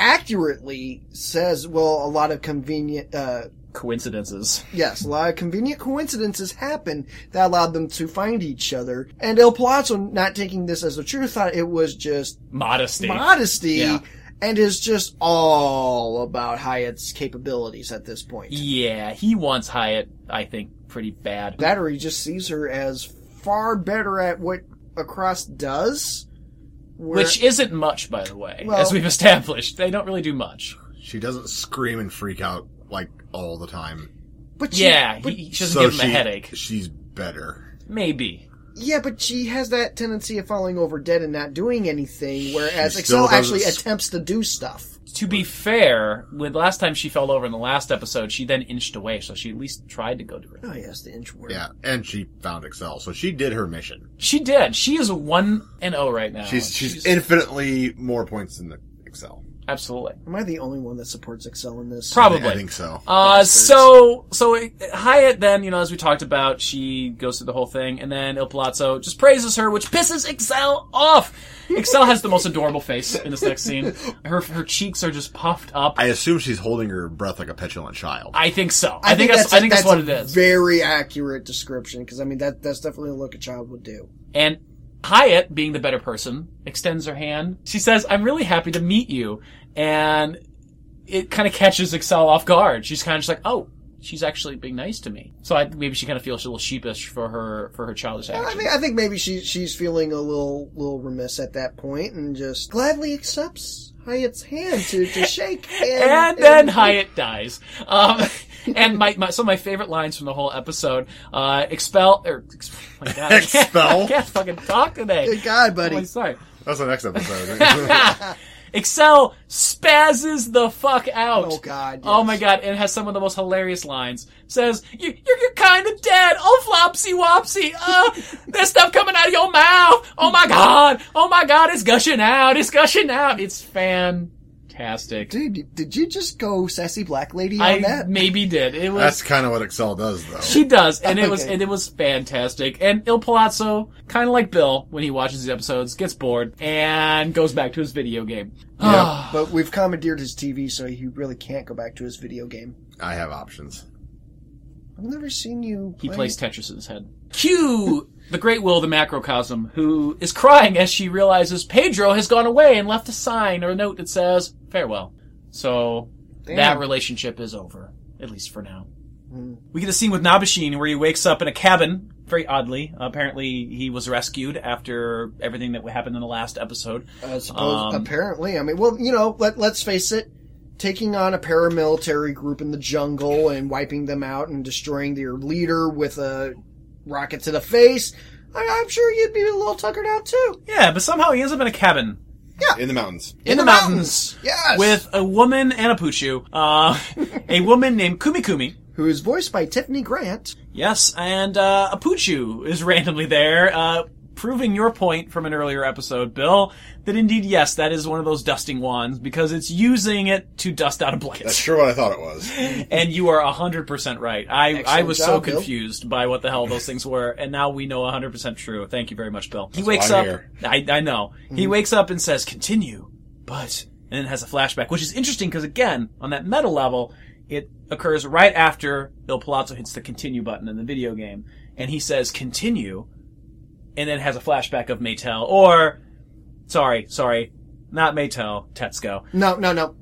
Speaker 1: accurately says, "Well, a lot of convenient, uh,
Speaker 3: Coincidences.
Speaker 1: yes, a lot of convenient coincidences happened that allowed them to find each other." And El Palazzo, not taking this as a truth, thought it was just
Speaker 3: Modesty.
Speaker 1: modesty.
Speaker 3: Yeah.
Speaker 1: And is just all about Hyatt's capabilities at this point.
Speaker 3: Yeah, he wants Hyatt, I think, pretty bad.
Speaker 1: that or he just sees her as far better at what Across does where-
Speaker 3: Which isn't much, by the way,
Speaker 1: Well-
Speaker 3: as we've established. They don't really do much.
Speaker 2: She doesn't scream and freak out like all the time.
Speaker 1: but she-
Speaker 3: Yeah,
Speaker 1: but-
Speaker 3: he, she doesn't
Speaker 2: So
Speaker 3: give him
Speaker 2: she-
Speaker 3: a headache.
Speaker 2: She's better.
Speaker 3: Maybe.
Speaker 1: yeah, but she has that tendency of falling over dead and not doing anything, whereas
Speaker 2: She
Speaker 1: Excel
Speaker 2: still doesn't
Speaker 1: actually
Speaker 2: s-
Speaker 1: attempts to do stuff.
Speaker 3: To be fair, with last time she fell over in the last episode, she then inched away, so she at least tried to go to her.
Speaker 1: Oh yes, the introvert.
Speaker 2: Yeah, and she found Excel, so she did her mission.
Speaker 3: She did. She is one and zero right now.
Speaker 2: She's she's, infinitely more points than the Excel.
Speaker 3: absolutely
Speaker 1: Am I the only one that supports Excel in this?
Speaker 3: probably.
Speaker 2: I think so.
Speaker 3: Uh, so so it- Hyatt then you know as we talked about she goes through the whole thing and then Il Palazzo just praises her which pisses Excel off. Excel has the most adorable face in this next scene. Her her cheeks are just puffed up.
Speaker 2: I assume she's holding her breath like a petulant child.
Speaker 3: I think so. I, think, that's, I think that's, what it
Speaker 1: a
Speaker 3: is.
Speaker 1: Very accurate description, because I mean that that's definitely a look a child would do.
Speaker 3: And Hyatt, being the better person, extends her hand. She says, I'm really happy to meet you. And it kind of catches Excel off guard. She's kind of just like, oh, she's actually being nice to me. So I, maybe she kind of feels a little sheepish for her, for her childish
Speaker 1: I
Speaker 3: action.
Speaker 1: think I think maybe she she's feeling a little little remiss at that point, and just gladly accepts Hyatt's hand to, to shake.
Speaker 3: and then Hyatt dies. Um, and my, my, some of my favorite lines from the whole episode, uh, expel, or, ex- oh my God, I can't-
Speaker 2: Expel.
Speaker 3: I can't fucking talk today.
Speaker 1: Good God,
Speaker 3: Oh,
Speaker 1: buddy.
Speaker 3: sorry.
Speaker 2: That's the next episode.
Speaker 3: Excel spazzes the fuck out.
Speaker 1: Oh, God,
Speaker 3: Oh
Speaker 1: yes.
Speaker 3: my god! And it has some of the most hilarious lines. Says you, you're, you're kind of dead. Oh flopsy wopsy. Uh, there's stuff coming out of your mouth. Oh my god. Oh my god! It's gushing out. It's gushing out. It's fantastic.
Speaker 1: Dude, did you just go sassy black lady on
Speaker 3: I
Speaker 1: that?
Speaker 3: maybe did. It was.
Speaker 2: That's kind of what Excel does, though.
Speaker 3: She does, and it was
Speaker 1: Okay.
Speaker 3: and it was fantastic. And Il Palazzo, kind of like Bill when he watches these episodes, gets bored and goes back to his video game. Ah.
Speaker 2: Yeah,
Speaker 1: but we've commandeered his TV, so he really can't go back to his video game.
Speaker 2: I have options.
Speaker 1: I've never seen you.
Speaker 3: He
Speaker 1: play-
Speaker 3: plays Tetris in his head. Cue the great will of the macrocosm, who is crying as she realizes Pedro has gone away and left a sign or a note that says farewell. So that relationship is over, at least for now. We get a scene with Nabashin where he wakes up in a cabin, very oddly. Apparently, he was rescued after everything that happened in the last episode.
Speaker 1: I suppose,
Speaker 3: Um,
Speaker 1: apparently. I mean, well, you know, let, let's face it. Taking on a paramilitary group in the jungle and wiping them out and destroying their leader with a rocket to the face, I, I'm sure you'd be a little tuckered out too.
Speaker 3: Yeah, but somehow he ends up in a cabin
Speaker 2: In the mountains.
Speaker 3: in, the, mountains.
Speaker 1: Yes!
Speaker 3: With a woman and a poochoo. Uh, a woman named Kumi Kumi.
Speaker 1: Who is voiced by Tiffany Grant.
Speaker 3: Yes, and uh, Apuchu is randomly there, uh, proving your point from an earlier episode, Bill, that indeed, yes, that is one of those dusting wands because it's using it to dust out a
Speaker 2: That's
Speaker 3: blanket.
Speaker 2: sure what I thought it was.
Speaker 3: And you are 100% right. I, I was so
Speaker 1: job, Bill.
Speaker 3: confused by what the hell those things were, and now we know 100% true. Thank you very much, Bill. He wakes
Speaker 2: why
Speaker 3: up.
Speaker 2: I'm here.
Speaker 3: I, I know.
Speaker 1: Hmm.
Speaker 3: He wakes up and says, continue, but, and it has a flashback, which is interesting because again, on that meta level, it occurs right after Il Palazzo hits the continue button in the video game. And he says, continue, and then has a flashback of Maytel, or, sorry, sorry, not Maytel, Tetsuko.
Speaker 1: No, no, no.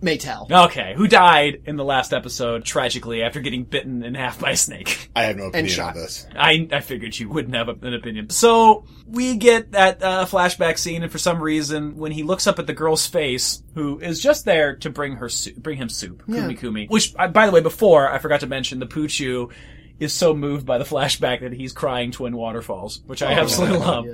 Speaker 1: Maytel.
Speaker 3: Okay, who died in the last episode tragically after getting bitten in half by a snake.
Speaker 2: I have no opinion
Speaker 1: shot.
Speaker 2: on this.
Speaker 3: I, I figured you wouldn't have an opinion. So we get that uh, flashback scene, and for some reason, when he looks up at the girl's face, who is just there to bring her soup, bring him soup, Kumi Kumi. Which, I, by the way, before I forgot to mention, the Poochu is so moved by the flashback that he's crying twin waterfalls, which I absolutely love.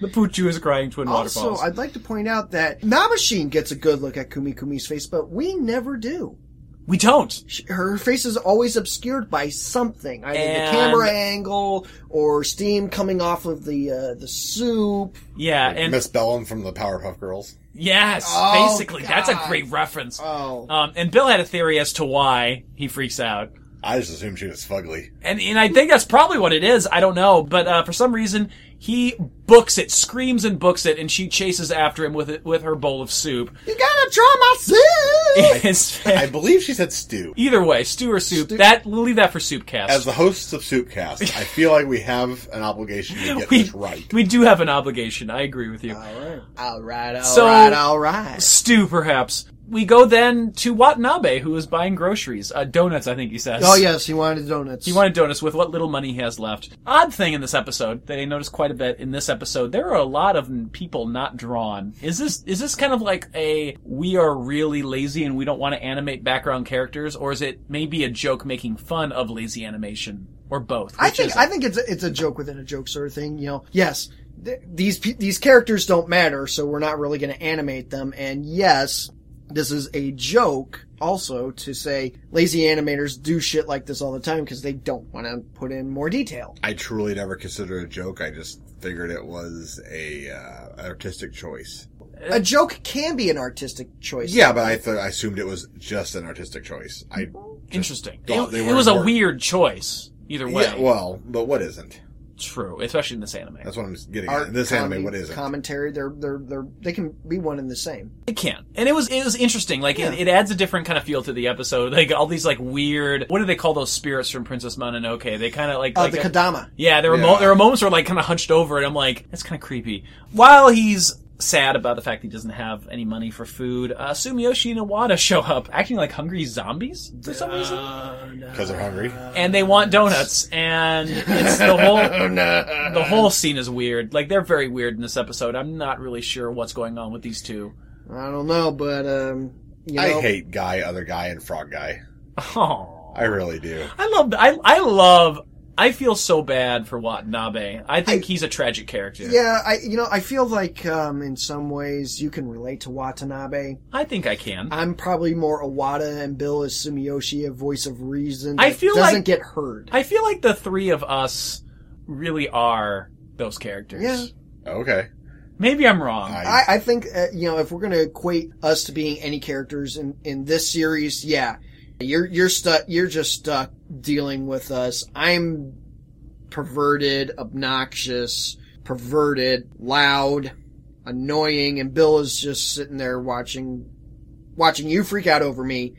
Speaker 3: The Poochu is crying twin
Speaker 1: Oh, Also,
Speaker 3: waterfalls.
Speaker 1: I'd like to point out that Namashine gets a good look at Kumi Kumi's face, but we never do.
Speaker 3: we don't.
Speaker 1: She- Her face is always obscured by something, either the
Speaker 3: And-
Speaker 1: camera angle or steam coming off of the uh, the soup.
Speaker 3: Yeah, and
Speaker 2: Miss Bellum from the Powerpuff Girls.
Speaker 3: yes,
Speaker 1: Oh,
Speaker 3: basically, that's a great reference.
Speaker 1: Oh,
Speaker 3: Um, and Bill had a theory as to why he freaks out.
Speaker 2: I just assumed she was fugly.
Speaker 3: And, and I think that's probably what it is. I don't know. But, uh, for some reason, he books it, screams and books it, and she chases after him with it, with her bowl of soup.
Speaker 1: you gotta draw my soup.
Speaker 3: It's-
Speaker 2: I believe she said stew.
Speaker 3: either way, stew or soup, that, we'll leave that for Soupcast.
Speaker 2: As the hosts of Soupcast, I feel like we have an obligation to get this right.
Speaker 3: We do
Speaker 1: Uh,
Speaker 3: have an obligation. I agree with you.
Speaker 1: all right, all right, all right,
Speaker 3: So-
Speaker 1: all right.
Speaker 3: stew, perhaps. we go then to Watanabe, who is buying groceries, uh, donuts. I think he says.
Speaker 1: Oh yes, he wanted donuts.
Speaker 3: He wanted donuts with what little money he has left. Odd thing in this episode that I noticed quite a bit in this episode, there are a lot of n- people not drawn. Is this is this kind of like a we are really lazy and we don't want to animate background characters, or is it maybe a joke making fun of lazy animation, or both?
Speaker 1: I
Speaker 3: Which
Speaker 1: think
Speaker 3: is it?
Speaker 1: I think it's a, it's a joke within a joke sort of thing. You know, yes, th- these pe- these characters don't matter, so we're not really going to animate them. And yes, this is a joke also to say lazy animators do shit like this all the time because they don't want to put in more detail.
Speaker 2: I truly never considered it a joke. I just figured it was a uh, artistic choice.
Speaker 1: A joke can be an artistic choice.
Speaker 2: Uh, Yeah, but I thought I assumed it was just an artistic choice. I
Speaker 3: interesting.
Speaker 2: thought
Speaker 3: It,
Speaker 2: they
Speaker 3: it
Speaker 2: were
Speaker 3: was a
Speaker 2: important.
Speaker 3: weird choice either way.
Speaker 2: yeah, well, but what isn't?
Speaker 3: True, especially in this anime.
Speaker 2: That's what I'm getting
Speaker 1: Art,
Speaker 2: at. In this
Speaker 1: comedy,
Speaker 2: anime, what isn't?
Speaker 1: commentary? They're they're they're they can be one and the same.
Speaker 3: It can, and it was it was interesting. Like it, it adds a different kind of feel to the episode. Like all these like weird. What do they call those spirits from Princess Mononoke? They kind of like,
Speaker 2: Oh,
Speaker 1: Uh,
Speaker 3: like
Speaker 1: the
Speaker 3: a-
Speaker 1: Kadama.
Speaker 3: Yeah, there were Mo-
Speaker 2: Yeah.
Speaker 3: there were moments where like kind of hunched over, and I'm like, that's kind of creepy. While he's sad about the fact he doesn't have any money for food, uh, Sumiyoshi and Iwata show up, acting like hungry zombies for some reason,
Speaker 2: Because they're hungry.
Speaker 3: and they want donuts, and it's the
Speaker 1: Oh,
Speaker 3: whole. The whole scene is weird. Like they're very weird in this episode. I'm not really sure what's going on with these two.
Speaker 1: I don't know, but um, you know,
Speaker 2: I hate guy, other guy, and frog guy.
Speaker 3: Oh.
Speaker 2: I really do.
Speaker 3: I love. I I love. I feel so bad for Watanabe. I think
Speaker 1: I-
Speaker 3: he's a tragic character.
Speaker 1: Yeah, I you know I feel like um, in some ways you can relate to Watanabe.
Speaker 3: I think I can.
Speaker 1: I'm probably more Awada and Bill is Sumiyoshi, a voice of reason.
Speaker 3: I
Speaker 1: that
Speaker 3: feel
Speaker 1: doesn't
Speaker 3: like-
Speaker 1: get heard.
Speaker 3: I feel like the three of us really are those characters.
Speaker 1: Yeah.
Speaker 2: Okay.
Speaker 3: Maybe I'm wrong.
Speaker 2: I,
Speaker 1: I, I think uh, you know if we're going to equate us to being any characters in in this series, yeah, you're you're stuck. You're just stuck dealing with us. I'm perverted, obnoxious, perverted, loud, annoying, and Bill is just sitting there watching watching you freak out over me,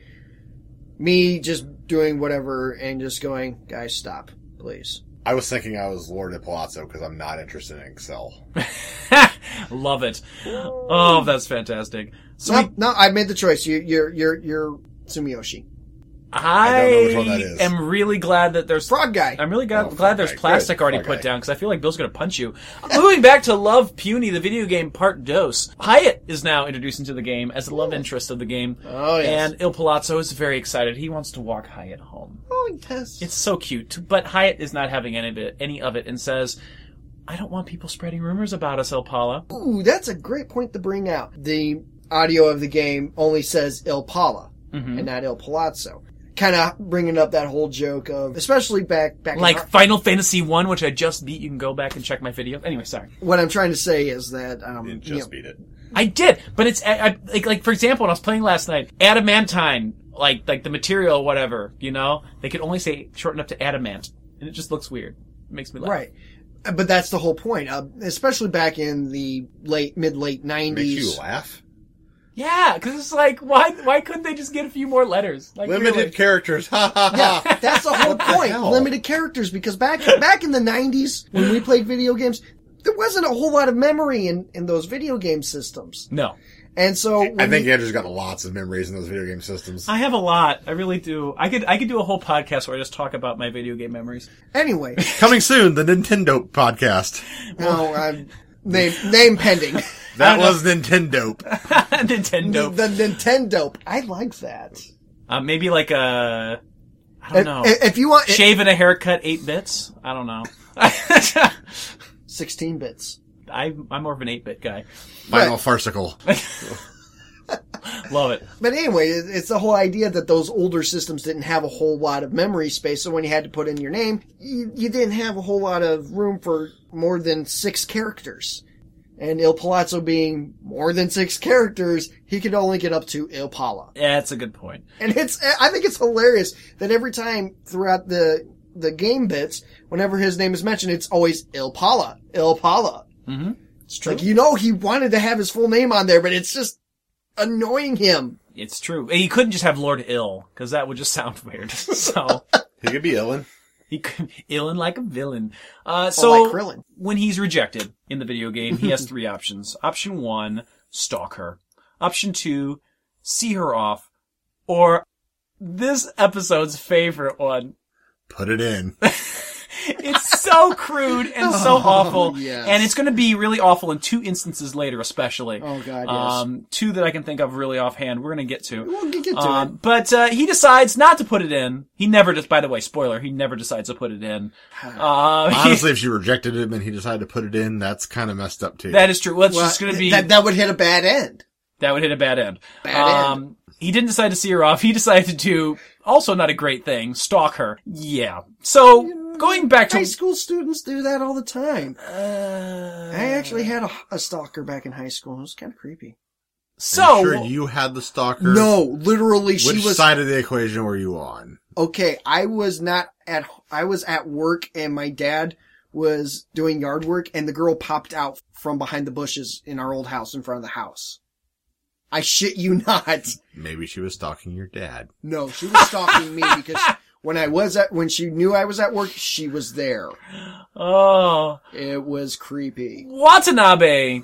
Speaker 1: me just doing whatever and just going, guys, stop, please.
Speaker 2: I was thinking I was Lord of Palazzo because I'm not interested in Excel.
Speaker 3: Love it. Oh, that's fantastic. So
Speaker 1: No,
Speaker 3: we-
Speaker 1: no, I made the choice. You, you're you're you're Sumiyoshi,
Speaker 3: I,
Speaker 2: don't know which one that is.
Speaker 3: am really glad that there's.
Speaker 1: frog guy.
Speaker 3: I'm really glad,
Speaker 2: Oh,
Speaker 3: glad
Speaker 2: okay,
Speaker 3: there's plastic
Speaker 2: good.
Speaker 3: already
Speaker 2: Okay.
Speaker 3: put down because I feel like Bill's gonna punch you. Moving back to Love Puny, the video game part dos. Hyatt is now introduced into the game as the love interest of the game.
Speaker 1: Oh, yes.
Speaker 3: And Il Palazzo is very excited. He wants to walk Hyatt home.
Speaker 1: oh yes.
Speaker 3: It's so cute, but Hyatt is not having any of it, any of it, and says, "I don't want people spreading rumors about us, Opala."
Speaker 1: Ooh, that's a great point to bring out. The audio of the game only says Il Pala and not Il Palazzo. Kind of bringing up that whole joke of, especially back back. in
Speaker 3: Like
Speaker 1: our-
Speaker 3: Final Fantasy One, which I just beat. You can go back and check my video. Anyway, sorry,
Speaker 1: what I'm trying to say is that um,
Speaker 2: And
Speaker 1: you know,
Speaker 2: just beat it.
Speaker 3: I did, but it's I, I, like, like for example, when I was playing last night, adamantine, like like the material, whatever, you know, they could only say shorten up to adamant, and it just looks weird. It makes me laugh.
Speaker 1: right. Uh, But that's the whole point, uh, especially back in the late mid late
Speaker 2: Makes you
Speaker 1: '90s.
Speaker 2: laugh.
Speaker 3: Yeah, because it's like why why couldn't they just get a few more letters? Like
Speaker 2: Limited
Speaker 3: really.
Speaker 2: characters. Ha ha ha.
Speaker 1: Yeah, that's the whole point.
Speaker 2: hell?
Speaker 1: Limited characters, because back back in the '90s when we played video games, there wasn't a whole lot of memory in in those video game systems,
Speaker 3: No,
Speaker 1: and so
Speaker 2: I
Speaker 1: when
Speaker 2: think
Speaker 1: we-
Speaker 2: Andrew's got lots of memories in those video game systems.
Speaker 3: I have a lot. I really do. I could I could do a whole podcast where I just talk about my video game memories.
Speaker 1: anyway.
Speaker 2: Coming soon, the Nintendo podcast.
Speaker 1: No, I'm name name pending.
Speaker 2: That was Nintendo.
Speaker 3: Nintendo.
Speaker 1: The Nintendo. I like that.
Speaker 3: Uh, maybe like a I don't
Speaker 1: If,
Speaker 3: know.
Speaker 1: if- if you want it-
Speaker 3: Shave and a haircut, eight bits. I don't know.
Speaker 1: sixteen bits.
Speaker 3: I, I'm more of an eight bit guy.
Speaker 2: Final farcical.
Speaker 3: Love it.
Speaker 1: But anyway, it- it's the whole idea that those older systems didn't have a whole lot of memory space. So when you had to put in your name, you, you didn't have a whole lot of room for more than six characters. And Il Palazzo being more than six characters, he could only get up to Il Pala.
Speaker 3: Yeah, that's a good point.
Speaker 1: And it's, I think it's hilarious that every time throughout the, the game bits, whenever his name is mentioned, it's always Il Pala, Il Pala.
Speaker 3: Mm-hmm. It's true.
Speaker 1: Like, you know, he wanted to have his full name on there, but it's just annoying him.
Speaker 3: it's true. And You couldn't just have Lord Ill because that would just sound weird. so
Speaker 2: He could be Ellen.
Speaker 3: he could Illin like a villain. Uh, so
Speaker 1: So, like Krillin.
Speaker 3: when he's rejected in the video game, he has three options. Option one, stalk her. Option two, see her off, or this episode's favorite one.
Speaker 2: Put it in.
Speaker 3: It's so crude and so awful,
Speaker 1: Oh, yes.
Speaker 3: and it's going to be really awful in two instances later, especially.
Speaker 1: Oh, God, yes.
Speaker 3: Um, two that I can think of really offhand. We're going to get to.
Speaker 1: We'll get to it.
Speaker 3: Um, but uh, he decides not to put it in. He never just. By the way, spoiler: he never decides to put it in. Uh,
Speaker 2: Honestly, if she rejected him and he decided to put it in, that's kind of messed up too.
Speaker 3: that is true. Well, it's just going to be
Speaker 1: that, that would hit a bad end.
Speaker 3: That would hit a bad end.
Speaker 1: Bad
Speaker 3: Um, he didn't decide to see her off. He decided to do also not a great thing, stalk her. Yeah.
Speaker 1: Mm,
Speaker 3: So going back
Speaker 1: High
Speaker 3: to
Speaker 1: school students do that all the time.
Speaker 3: Uh,
Speaker 1: I actually had a, a stalker back in high school. It was kind of creepy.
Speaker 2: I'm
Speaker 3: so
Speaker 2: sure you had the stalker.
Speaker 1: No, literally, she
Speaker 2: Which
Speaker 1: was
Speaker 2: side of the equation were you on?
Speaker 1: okay. I was not at. I was at work, and my dad was doing yard work, and the girl popped out from behind the bushes in our old house in front of the house. I shit you not.
Speaker 2: Maybe she was stalking your dad.
Speaker 1: No, she was stalking me because when I was at when she knew I was at work, she was there.
Speaker 3: oh
Speaker 1: It was creepy.
Speaker 3: Watanabe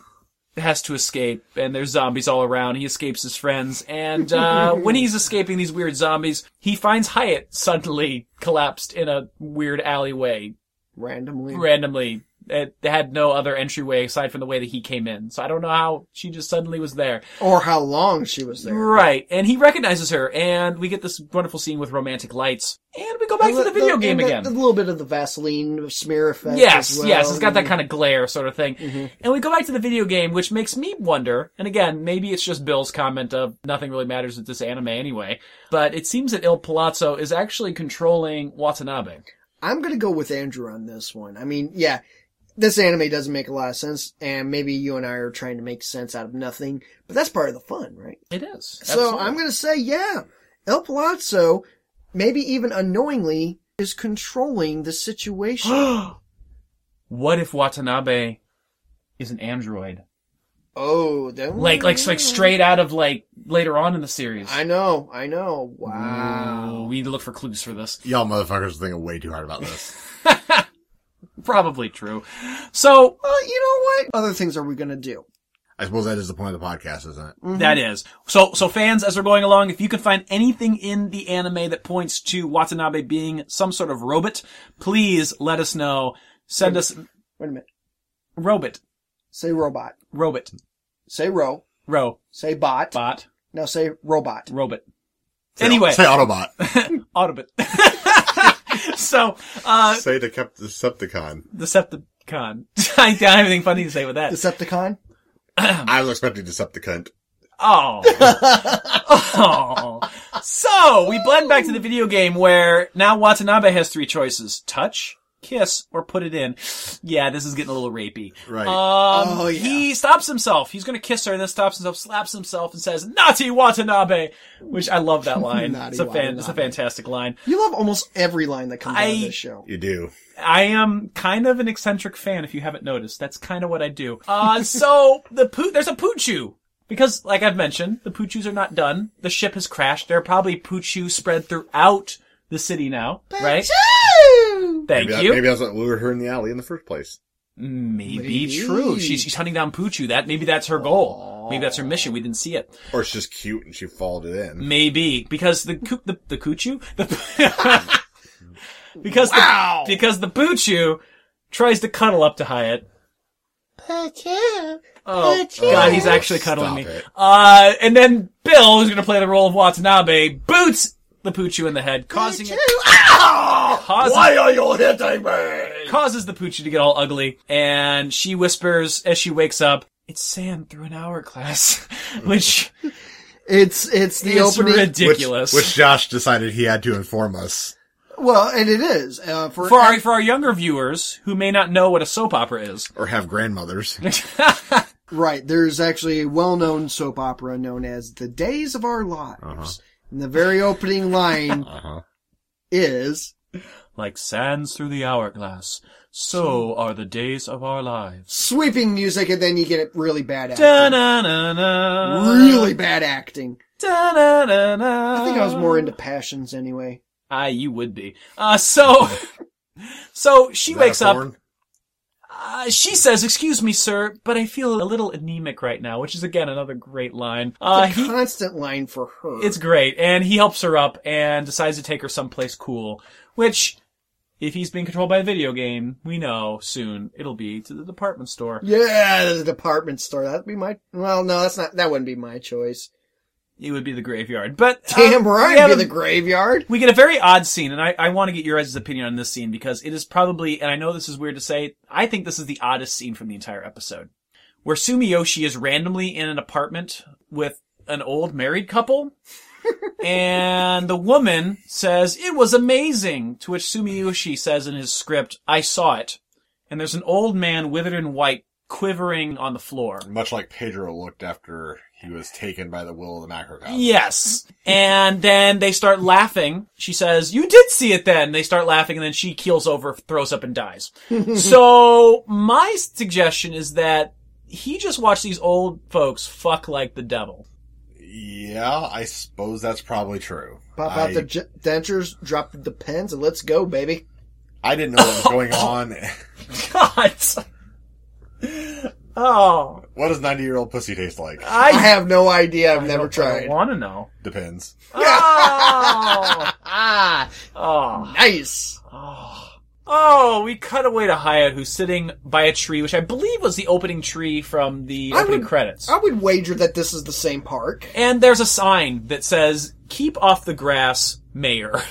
Speaker 3: has to escape, and there's zombies all around. He escapes his friends, and uh, when he's escaping these weird zombies, he finds Hyatt suddenly collapsed in a weird alleyway
Speaker 1: Randomly.
Speaker 3: randomly. It had no other entryway aside from the way that he came in. So I don't know how she just suddenly was there.
Speaker 1: Or how long she was there.
Speaker 3: Right, and he recognizes her, and we get this wonderful scene with romantic lights, and we go back to the video game
Speaker 1: and the-
Speaker 3: again.
Speaker 1: A little bit of the Vaseline smear effect.
Speaker 3: yes,
Speaker 1: as well. mm-hmm.
Speaker 3: yes, it's got that kind of glare sort of thing. And we go back to the video game, which makes me wonder, and again, maybe it's just Bill's comment of nothing really matters with this anime anyway, but it seems that Il Palazzo is actually controlling Watanabe.
Speaker 1: I'm gonna go with Andrew on this one. I mean, yeah, this anime doesn't make a lot of sense, and maybe you and I are trying to make sense out of nothing, but that's part of the fun, right?
Speaker 3: It is.
Speaker 1: So
Speaker 3: Absolutely.
Speaker 1: I'm gonna say, yeah, El Palazzo, maybe even unknowingly, is controlling the situation.
Speaker 3: What if Watanabe is an android?
Speaker 1: oh, then
Speaker 3: Like, like, like straight out of like later on in the series.
Speaker 1: I know, I know. Wow.
Speaker 3: Oh, we need to look for clues for this.
Speaker 2: Y'all motherfuckers are thinking way too hard about this.
Speaker 3: Probably true. So
Speaker 1: Well, you know what? Other things are we gonna do?
Speaker 2: I suppose that is the point of the podcast, isn't it?
Speaker 3: that is. So so fans, as we're going along, if you can find anything in the anime that points to Watanabe being some sort of robot, please let us know. Send us
Speaker 1: Wait a minute.
Speaker 3: robot,
Speaker 1: Say robot.
Speaker 3: robot,
Speaker 1: Say ro.
Speaker 3: ro,
Speaker 1: Say bot.
Speaker 3: bot,
Speaker 1: Now say robot.
Speaker 3: robot. Anyway,
Speaker 2: Say Autobot.
Speaker 3: Autobot. so uh Um.
Speaker 2: Say Decep- Decepticon.
Speaker 3: Decepticon. I don't have anything funny to say with that.
Speaker 1: Decepticon.
Speaker 2: I was expecting Decepticon.
Speaker 3: Oh. oh. So, we blend back to the video game where now Watanabe has three choices. Touch, kiss, or put it in. Yeah, this is getting a little rapey.
Speaker 2: Right.
Speaker 3: Um,
Speaker 1: Oh, yeah.
Speaker 3: He stops himself. He's gonna kiss her and then stops himself, slaps himself, and says, Naughty Watanabe! Which I love that line.
Speaker 1: Naughty
Speaker 3: it's, a fan, it's a
Speaker 1: Watanabe.
Speaker 3: fantastic line.
Speaker 1: You love almost every line that comes out
Speaker 3: I-
Speaker 1: of this show.
Speaker 2: you do.
Speaker 3: I am kind of an eccentric fan, if you haven't noticed. That's kind of what I do. Uh, so the poo, there's a poochu. Because, like I've mentioned, the poochus are not done. The ship has crashed. There are probably poochu spread throughout the city now, right? Thank
Speaker 2: Maybe, that-
Speaker 3: you.
Speaker 2: maybe that's what lured her in the alley in the first place.
Speaker 3: maybe, true. She's, she's hunting down poochu. That maybe that's her goal. Maybe that's her mission. We didn't see it.
Speaker 2: Or it's just cute and she followed it in.
Speaker 3: Maybe because the coo- the the coochoo the because the, because the poochoo tries to cuddle up to Hyatt. Oh God, he's actually cuddling
Speaker 2: Stop
Speaker 3: me.
Speaker 2: it.
Speaker 3: Uh, and then Bill, who's gonna play the role of Watanabe, boots the poochoo in the head, causing it,
Speaker 1: Ah!
Speaker 3: causes,
Speaker 2: are you hitting me?
Speaker 3: causes the poochoo to get all ugly. And she whispers as she wakes up, "It's sand through an hourglass," which
Speaker 1: It's it's the
Speaker 3: is
Speaker 1: opening.
Speaker 2: Which,
Speaker 3: ridiculous.
Speaker 2: which Josh decided he had to inform us.
Speaker 1: Well, and it is uh, for,
Speaker 3: for our for our younger viewers who may not know what a soap opera is.
Speaker 2: Or have grandmothers.
Speaker 1: right. There's actually a well-known soap opera known as "The Days of Our Lives," and the very opening line
Speaker 3: Uh-huh.
Speaker 1: is
Speaker 3: Like sands through the hourglass, so are the days of our lives.
Speaker 1: sweeping music, and then you get really bad acting.
Speaker 3: Da-na-na-na.
Speaker 1: Really bad acting.
Speaker 3: Da-na-na-na.
Speaker 1: I think I was more
Speaker 3: Uh,
Speaker 1: into passions anyway.
Speaker 3: Ah, you would be. Uh, so, so she
Speaker 2: Is that a
Speaker 3: wakes up.
Speaker 2: porn?
Speaker 3: Uh, she says, "Excuse me, sir, but I feel a little anemic right now," which is again another great line. Uh,
Speaker 1: a
Speaker 3: he,
Speaker 1: constant line for her.
Speaker 3: it's great, and he helps her up and decides to take her someplace cool. Which, if he's being controlled by a video game, we know soon it'll be to the department store.
Speaker 1: yeah, the department store. That'd be my. Well, no, that's not. That wouldn't be my choice.
Speaker 3: It would be the graveyard, but
Speaker 1: Damn
Speaker 3: um,
Speaker 1: right,
Speaker 3: we have
Speaker 1: be
Speaker 3: a-
Speaker 1: the graveyard.
Speaker 3: We get a very odd scene, and I, I want to get your guys' opinion on this scene because it is probably, and I know this is weird to say, I think this is the oddest scene from the entire episode. Where Sumiyoshi is randomly in an apartment with an old married couple, and the woman says, It was amazing! To which Sumiyoshi says in his script, I saw it. And there's an old man, withered and white, quivering on the floor.
Speaker 2: Much like Pedro looked after he was taken by the will of the macrocosm.
Speaker 3: Yes. And then they start laughing. She says, you did see it then. They start laughing and then she keels over, throws up and dies. so my suggestion is that he just watched these old folks fuck like the devil.
Speaker 2: Yeah, I suppose that's probably true.
Speaker 1: Pop
Speaker 2: I-
Speaker 1: out the j- dentures, drop the pens, and let's go, baby.
Speaker 2: I didn't know what was going on.
Speaker 3: God. Oh,
Speaker 2: what does 90 year old pussy taste like?
Speaker 3: Ah,
Speaker 1: I have no idea. I've never
Speaker 3: I
Speaker 1: tried.
Speaker 3: don't want to know.
Speaker 2: Depends.
Speaker 3: Oh,
Speaker 1: Ah,
Speaker 3: oh,
Speaker 1: nice.
Speaker 3: oh, we cut away to Hyatt, who's sitting by a tree, which I believe was the opening tree from the
Speaker 1: I
Speaker 3: opening
Speaker 1: would-
Speaker 3: credits.
Speaker 1: I would wager that this is the same park.
Speaker 3: And there's a sign that says, keep off the grass, mayor.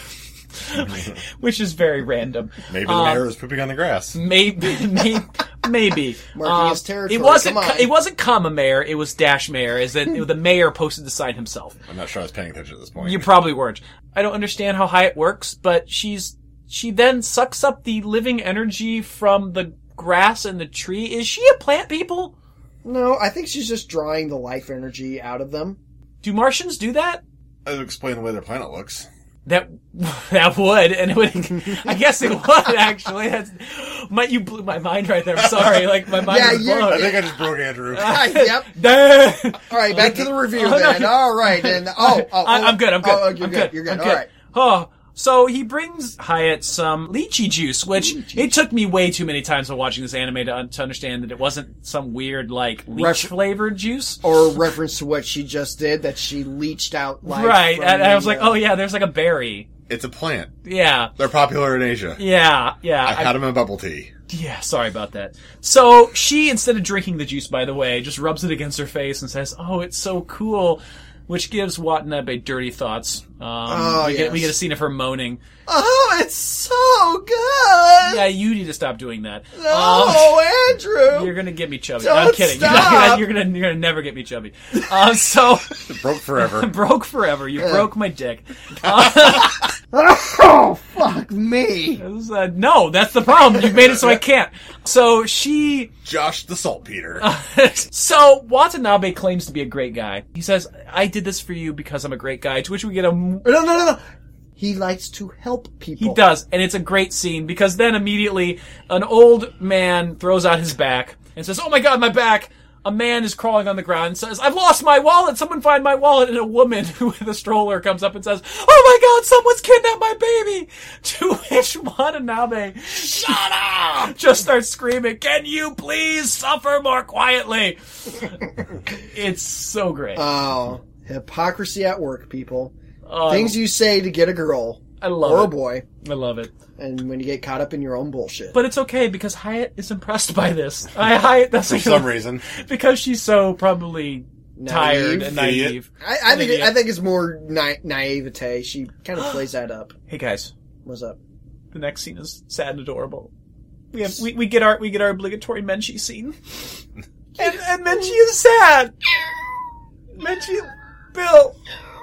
Speaker 3: Which is very random.
Speaker 2: Maybe the
Speaker 3: Um,
Speaker 2: mayor was pooping on the grass.
Speaker 3: Maybe, maybe, maybe. Um,
Speaker 1: Marking his territory,
Speaker 3: It wasn't,
Speaker 1: come on.
Speaker 3: it wasn't comma mayor, it was dash mayor, is that the mayor posted the sign himself.
Speaker 2: I'm not sure I was paying attention at this point.
Speaker 3: You probably weren't. I don't understand how Hyatt works, but she's, she then sucks up the living energy from the grass and the tree. Is she a plant people?
Speaker 1: No, I think she's just drawing the life energy out of them.
Speaker 3: Do Martians do that?
Speaker 2: That would explain the way their planet looks.
Speaker 3: That that would, and it would. I guess it would actually. That's my you blew my mind right there. I'm sorry, like my mind
Speaker 1: Yeah,
Speaker 3: was
Speaker 1: you're-
Speaker 2: I
Speaker 3: blown.
Speaker 2: think I just broke Andrew.
Speaker 1: Ah, yep.
Speaker 3: Damn.
Speaker 1: All right, back to the review
Speaker 3: Oh, no,
Speaker 1: then. All right, and oh, oh, oh,
Speaker 3: I, am good. I'm good.
Speaker 1: oh, you're
Speaker 3: I'm
Speaker 1: good. You're good.
Speaker 3: I'm
Speaker 1: All right.
Speaker 3: Oh, so he brings Hyatt some lychee juice, which it took me way too many times while watching this anime to, un- to understand that it wasn't some weird like leech flavored juice.
Speaker 1: Or reference to what she just did that she leached out. Life
Speaker 3: right,
Speaker 1: from
Speaker 3: and I was
Speaker 1: the,
Speaker 3: like,
Speaker 1: uh,
Speaker 3: oh yeah, there's like a berry.
Speaker 2: It's a plant.
Speaker 3: Yeah,
Speaker 2: They're popular in Asia.
Speaker 3: yeah, yeah.
Speaker 2: I had them in bubble tea.
Speaker 3: Yeah, sorry about that. So she, instead of drinking the juice, by the way, just rubs it against her face and says, "Oh, it's so cool," which gives Watanabe dirty thoughts. Um,
Speaker 1: Oh,
Speaker 3: we, get, we
Speaker 1: yes.
Speaker 3: get a scene of her moaning.
Speaker 1: oh, it's so good.
Speaker 3: Yeah, you need to stop doing that. Um,
Speaker 1: Oh, Andrew.
Speaker 3: you're gonna get me chubby.
Speaker 1: Don't
Speaker 3: I'm kidding. You're
Speaker 1: stop.
Speaker 3: gonna, you're gonna you're gonna never get me chubby. Um, so
Speaker 2: It broke forever.
Speaker 3: broke forever. You broke my dick.
Speaker 1: Oh, fuck me.
Speaker 3: This is, uh, no, that's the problem. You've made it so I can't. So she
Speaker 2: Josh the saltpeter.
Speaker 3: so Watanabe claims to be a great guy. He says, "I did this for you because I'm a great guy." To which we get a
Speaker 1: No, no, no, no. He likes to help people.
Speaker 3: he does, and it's a great scene because then immediately an old man throws out his back and says, "Oh my god, my back!" A man is crawling on the ground and says, "I've lost my wallet. Someone find my wallet!" And a woman with a stroller comes up and says, "Oh my god, someone's kidnapped my baby!" To which Watanabe
Speaker 2: Shut up!
Speaker 3: just starts screaming, "Can you please suffer more quietly?" it's so great.
Speaker 1: Oh, hypocrisy at work, people.
Speaker 3: Oh,
Speaker 1: Things you say to get a girl
Speaker 3: I love
Speaker 1: or
Speaker 3: it.
Speaker 1: a boy,
Speaker 3: I love it.
Speaker 1: and when you get caught up in your own bullshit.
Speaker 3: But it's okay because Hyatt is impressed by this. I Hyatt that's
Speaker 2: For some reason.
Speaker 3: because she's so probably tired and
Speaker 2: Idiot.
Speaker 3: naive.
Speaker 1: I, I
Speaker 3: An
Speaker 1: think
Speaker 3: idiot.
Speaker 1: I think it's more na- naivete. She kind of plays that up.
Speaker 3: Hey guys,
Speaker 1: What's up?
Speaker 3: the next scene is sad and adorable. We have we, we get our we get our obligatory Menchie scene. and and Menchie is sad. Menchie Bill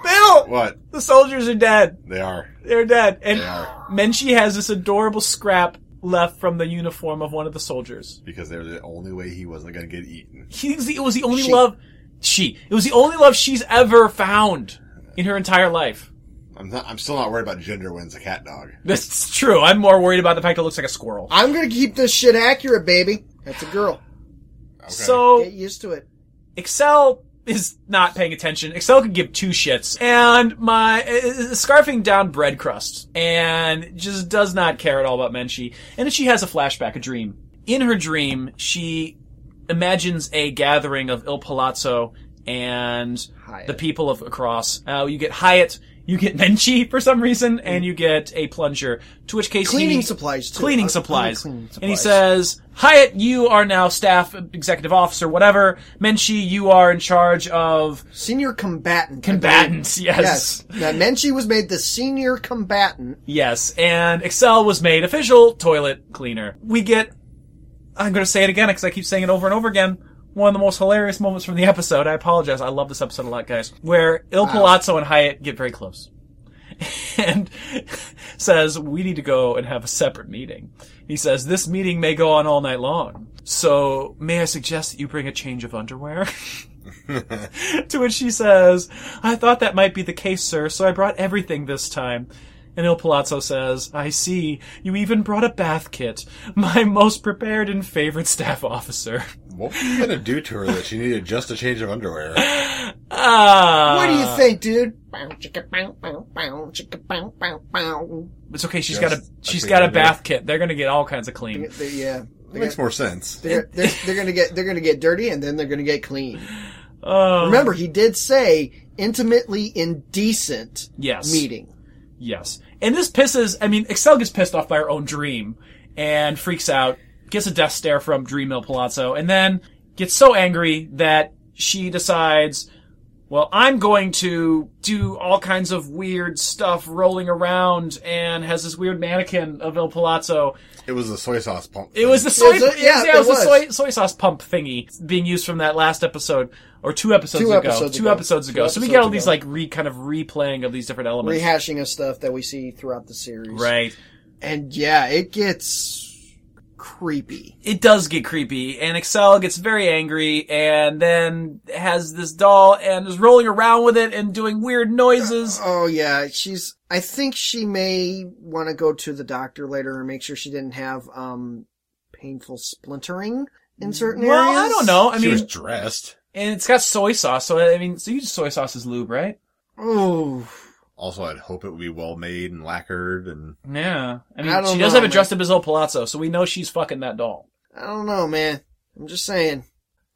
Speaker 3: Bill
Speaker 2: What?
Speaker 3: The soldiers are dead.
Speaker 2: They are.
Speaker 3: They're dead. And
Speaker 2: They are.
Speaker 3: Menchie has this adorable scrap left from the uniform of one of the soldiers.
Speaker 2: Because they're the only way he wasn't going to get eaten.
Speaker 3: He's the, it was the only
Speaker 1: She-
Speaker 3: love she it was the only love she's ever found in her entire life.
Speaker 2: I'm not, I'm still not worried about gender wins a cat dog.
Speaker 3: That's true. I'm more worried about the fact it looks like a squirrel.
Speaker 1: I'm gonna keep this shit accurate, baby. That's a girl.
Speaker 2: Okay.
Speaker 1: Get
Speaker 3: So
Speaker 1: used to it.
Speaker 3: Excel is not paying attention. Excel could give two shits and my is scarfing down bread crust and just does not care at all about Menchie. And then she has a flashback, a dream. in her dream, she imagines a gathering of Il Palazzo and the people of across. Uh, you get Hyatt, you get Menchi for some reason, and you get a plunger. To which case,
Speaker 1: Cleaning
Speaker 3: he,
Speaker 1: supplies, too.
Speaker 3: Cleaning
Speaker 1: Uh,
Speaker 3: supplies.
Speaker 1: cleaning
Speaker 3: And he
Speaker 1: supplies.
Speaker 3: says, Hyatt, you are now staff executive officer, whatever. Menchi, you are in charge of
Speaker 1: Senior combatant. I
Speaker 3: Combatants,
Speaker 1: believe.
Speaker 3: yes. Uh.
Speaker 1: Yes. Now, Menchie was made the senior combatant.
Speaker 3: Yes, and Excel was made official toilet cleaner. We get, I'm gonna say it again because I keep saying it over and over again. One of the most hilarious moments from the episode. I apologize. I love this episode a lot, guys. Where Il Palazzo and Hyatt get very close. And says, we need to go and have a separate meeting. He says, this meeting may go on all night long. So may I suggest that you bring a change of underwear? To which she says, I thought that might be the case, sir, so I brought everything this time. And Il Palazzo says, I see, you even brought a bath kit, my most prepared and favorite staff officer.
Speaker 2: What were you gonna do to her that she needed just a change of underwear?
Speaker 3: Ah!
Speaker 1: What do you think, dude?
Speaker 3: It's okay, she's
Speaker 2: Just
Speaker 3: got a,
Speaker 2: a
Speaker 3: she's
Speaker 2: clean
Speaker 3: got a
Speaker 2: underwear.
Speaker 3: bath kit. They're gonna get all kinds of clean.
Speaker 1: They- yeah.
Speaker 2: It makes more sense.
Speaker 1: They're, they're, they're gonna get they're gonna get dirty and then they're gonna get clean.
Speaker 3: Oh,
Speaker 1: Remember, he did say intimately indecent
Speaker 3: yes.
Speaker 1: meeting.
Speaker 3: Yes. And this pisses, I mean, Excel gets pissed off by her own dream and freaks out, gets a death stare from Dream Mill Palazzo, and then gets so angry that she decides, well, I'm going to do all kinds of weird stuff rolling around and has this weird mannequin of Il Palazzo.
Speaker 2: It was the soy sauce pump.
Speaker 3: It was the soy,
Speaker 1: Yeah, so- yeah,
Speaker 3: it was
Speaker 1: it
Speaker 3: the
Speaker 1: was.
Speaker 3: soy, soy sauce pump thingy being used from that last episode or two episodes
Speaker 1: Two
Speaker 3: ago.
Speaker 1: episodes
Speaker 3: two
Speaker 1: ago.
Speaker 3: episodes ago.
Speaker 1: Two
Speaker 3: so we get all
Speaker 1: episodes
Speaker 3: these
Speaker 1: ago.
Speaker 3: like re kind of replaying of these different elements.
Speaker 1: Rehashing of stuff that we see throughout the series.
Speaker 3: Right.
Speaker 1: And yeah, it gets creepy.
Speaker 3: it does get creepy and Excel gets very angry and then has this doll and is rolling around with it and doing weird noises.
Speaker 1: Oh yeah, she's. I think she may want to go to the doctor later and make sure she didn't have um painful splintering in certain
Speaker 3: Well,
Speaker 1: areas.
Speaker 3: I don't know. I
Speaker 2: she was
Speaker 3: mean,
Speaker 2: dressed.
Speaker 3: and it's got soy sauce. So I mean, so you use soy sauce as lube, right?
Speaker 1: Oh,
Speaker 2: Also, I'd hope it would be well made and lacquered and
Speaker 3: Yeah. I mean,
Speaker 1: I don't
Speaker 3: she does
Speaker 1: know,
Speaker 3: have it
Speaker 1: man.
Speaker 3: dressed up as El Palazzo, so we know she's fucking that doll.
Speaker 1: I don't know, man. I'm just saying.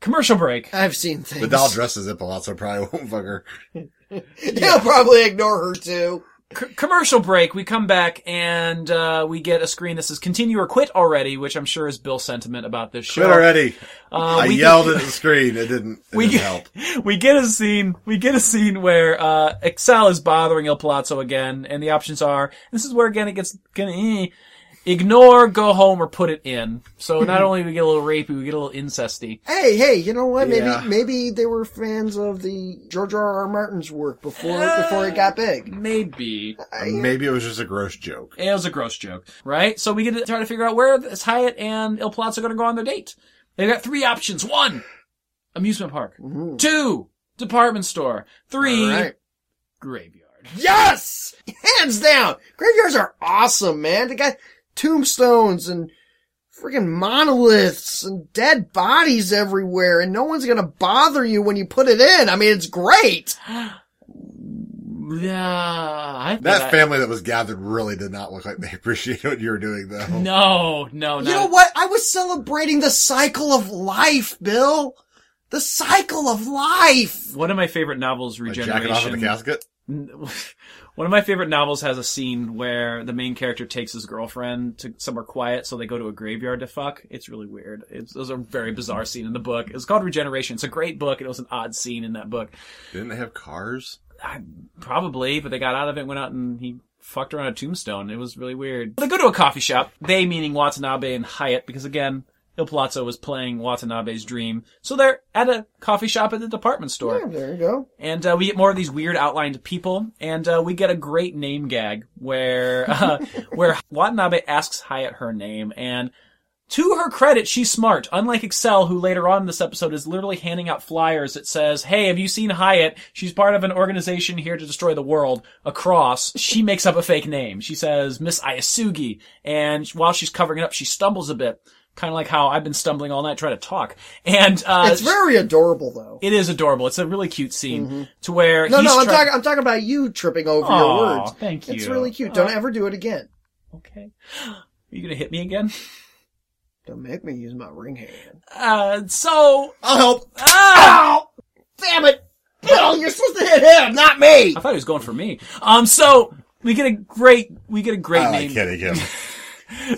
Speaker 3: Commercial break.
Speaker 1: I've seen things.
Speaker 2: the doll dresses it Palazzo probably won't fuck her.
Speaker 1: He'll probably ignore her too.
Speaker 3: C- commercial break. We come back and uh, we get a screen that says "Continue or Quit Already," which I'm sure is Bill's sentiment about this show.
Speaker 2: Quit already.
Speaker 3: Uh,
Speaker 2: I
Speaker 3: we get-
Speaker 2: yelled at the screen. It didn't, it
Speaker 3: we
Speaker 2: didn't
Speaker 3: get,
Speaker 2: help.
Speaker 3: we get a scene we get a scene where uh excel is bothering il palazzo again and the options are this is where again it gets gonna eh, ignore go home or put it in so not only do we get a little rapey we get a little incesty
Speaker 1: Hey, hey, you know what? Maybe
Speaker 2: Yeah.
Speaker 1: maybe they were fans of the George R. R. Martin's work before before it got big.
Speaker 3: maybe
Speaker 2: Um,
Speaker 3: Eh,
Speaker 2: Maybe it was just a gross joke.
Speaker 3: it was a gross joke right so we get to try to figure out where is hyatt and il palazzo going to go on their date they've got three options one amusement park two department store three
Speaker 1: Right.
Speaker 3: graveyard
Speaker 1: Yes! Hands down! Graveyards are awesome, man. They got tombstones and freaking monoliths and dead bodies everywhere and no one's gonna bother you when you put it in. I mean, it's great.
Speaker 3: yeah I-
Speaker 2: That
Speaker 3: I-
Speaker 2: family that was gathered really did not look like they appreciated what you were doing, though.
Speaker 3: No, no, no.
Speaker 1: You know what? I was celebrating the cycle of life, Bill. The cycle of life.
Speaker 3: One of my favorite novels,
Speaker 2: Like, jacket off in the
Speaker 3: Regeneration.
Speaker 2: casket.
Speaker 3: One of my favorite novels has a scene where the main character takes his girlfriend to somewhere quiet, so they go to a graveyard to fuck. It's really weird. It's, it was a very bizarre scene in the book. It's called Regeneration. It's a great book, and it was an odd scene in that book.
Speaker 2: Didn't they have cars?
Speaker 3: Probably, but they got out of it, went out, and he fucked her on a tombstone. It was really weird. They go to a coffee shop. They meaning Watanabe and Hyatt, because again, Il Palazzo was playing Watanabe's dream. So they're at a coffee shop at the department store.
Speaker 1: There you go.
Speaker 3: And uh, we get more of these weird outlined people, and uh, we get a great name gag where uh, where Watanabe asks Hyatt her name, and to her credit, she's smart. Unlike Excel, who later on in this episode is literally handing out flyers that says, "Hey, have you seen Hyatt? She's part of an organization here to destroy the world." Across, she makes up a fake name. She says Miss Ayasugi, and while she's covering it up, she stumbles a bit, kind of like how I've been stumbling all night trying to talk. And uh,
Speaker 1: It's very adorable though.
Speaker 3: it is adorable. It's a really cute scene to where
Speaker 1: Mm-hmm. No,
Speaker 3: he's
Speaker 1: no, I'm
Speaker 3: try-
Speaker 1: talking. I'm talking about you tripping over your
Speaker 3: Aw,
Speaker 1: words.
Speaker 3: thank
Speaker 1: It's
Speaker 3: you.
Speaker 1: really cute. Don't ever do it again.
Speaker 3: Okay, are you gonna hit me again?
Speaker 1: Don't make me use my ring hand.
Speaker 3: Uh, so, ah!
Speaker 2: I'll help.
Speaker 1: Ow! Damn it! Bill, you're supposed to hit him, not me!
Speaker 3: I thought he was going for me. Um, so we get a great, we get a great
Speaker 2: I
Speaker 3: name.
Speaker 2: like hitting Ah, him.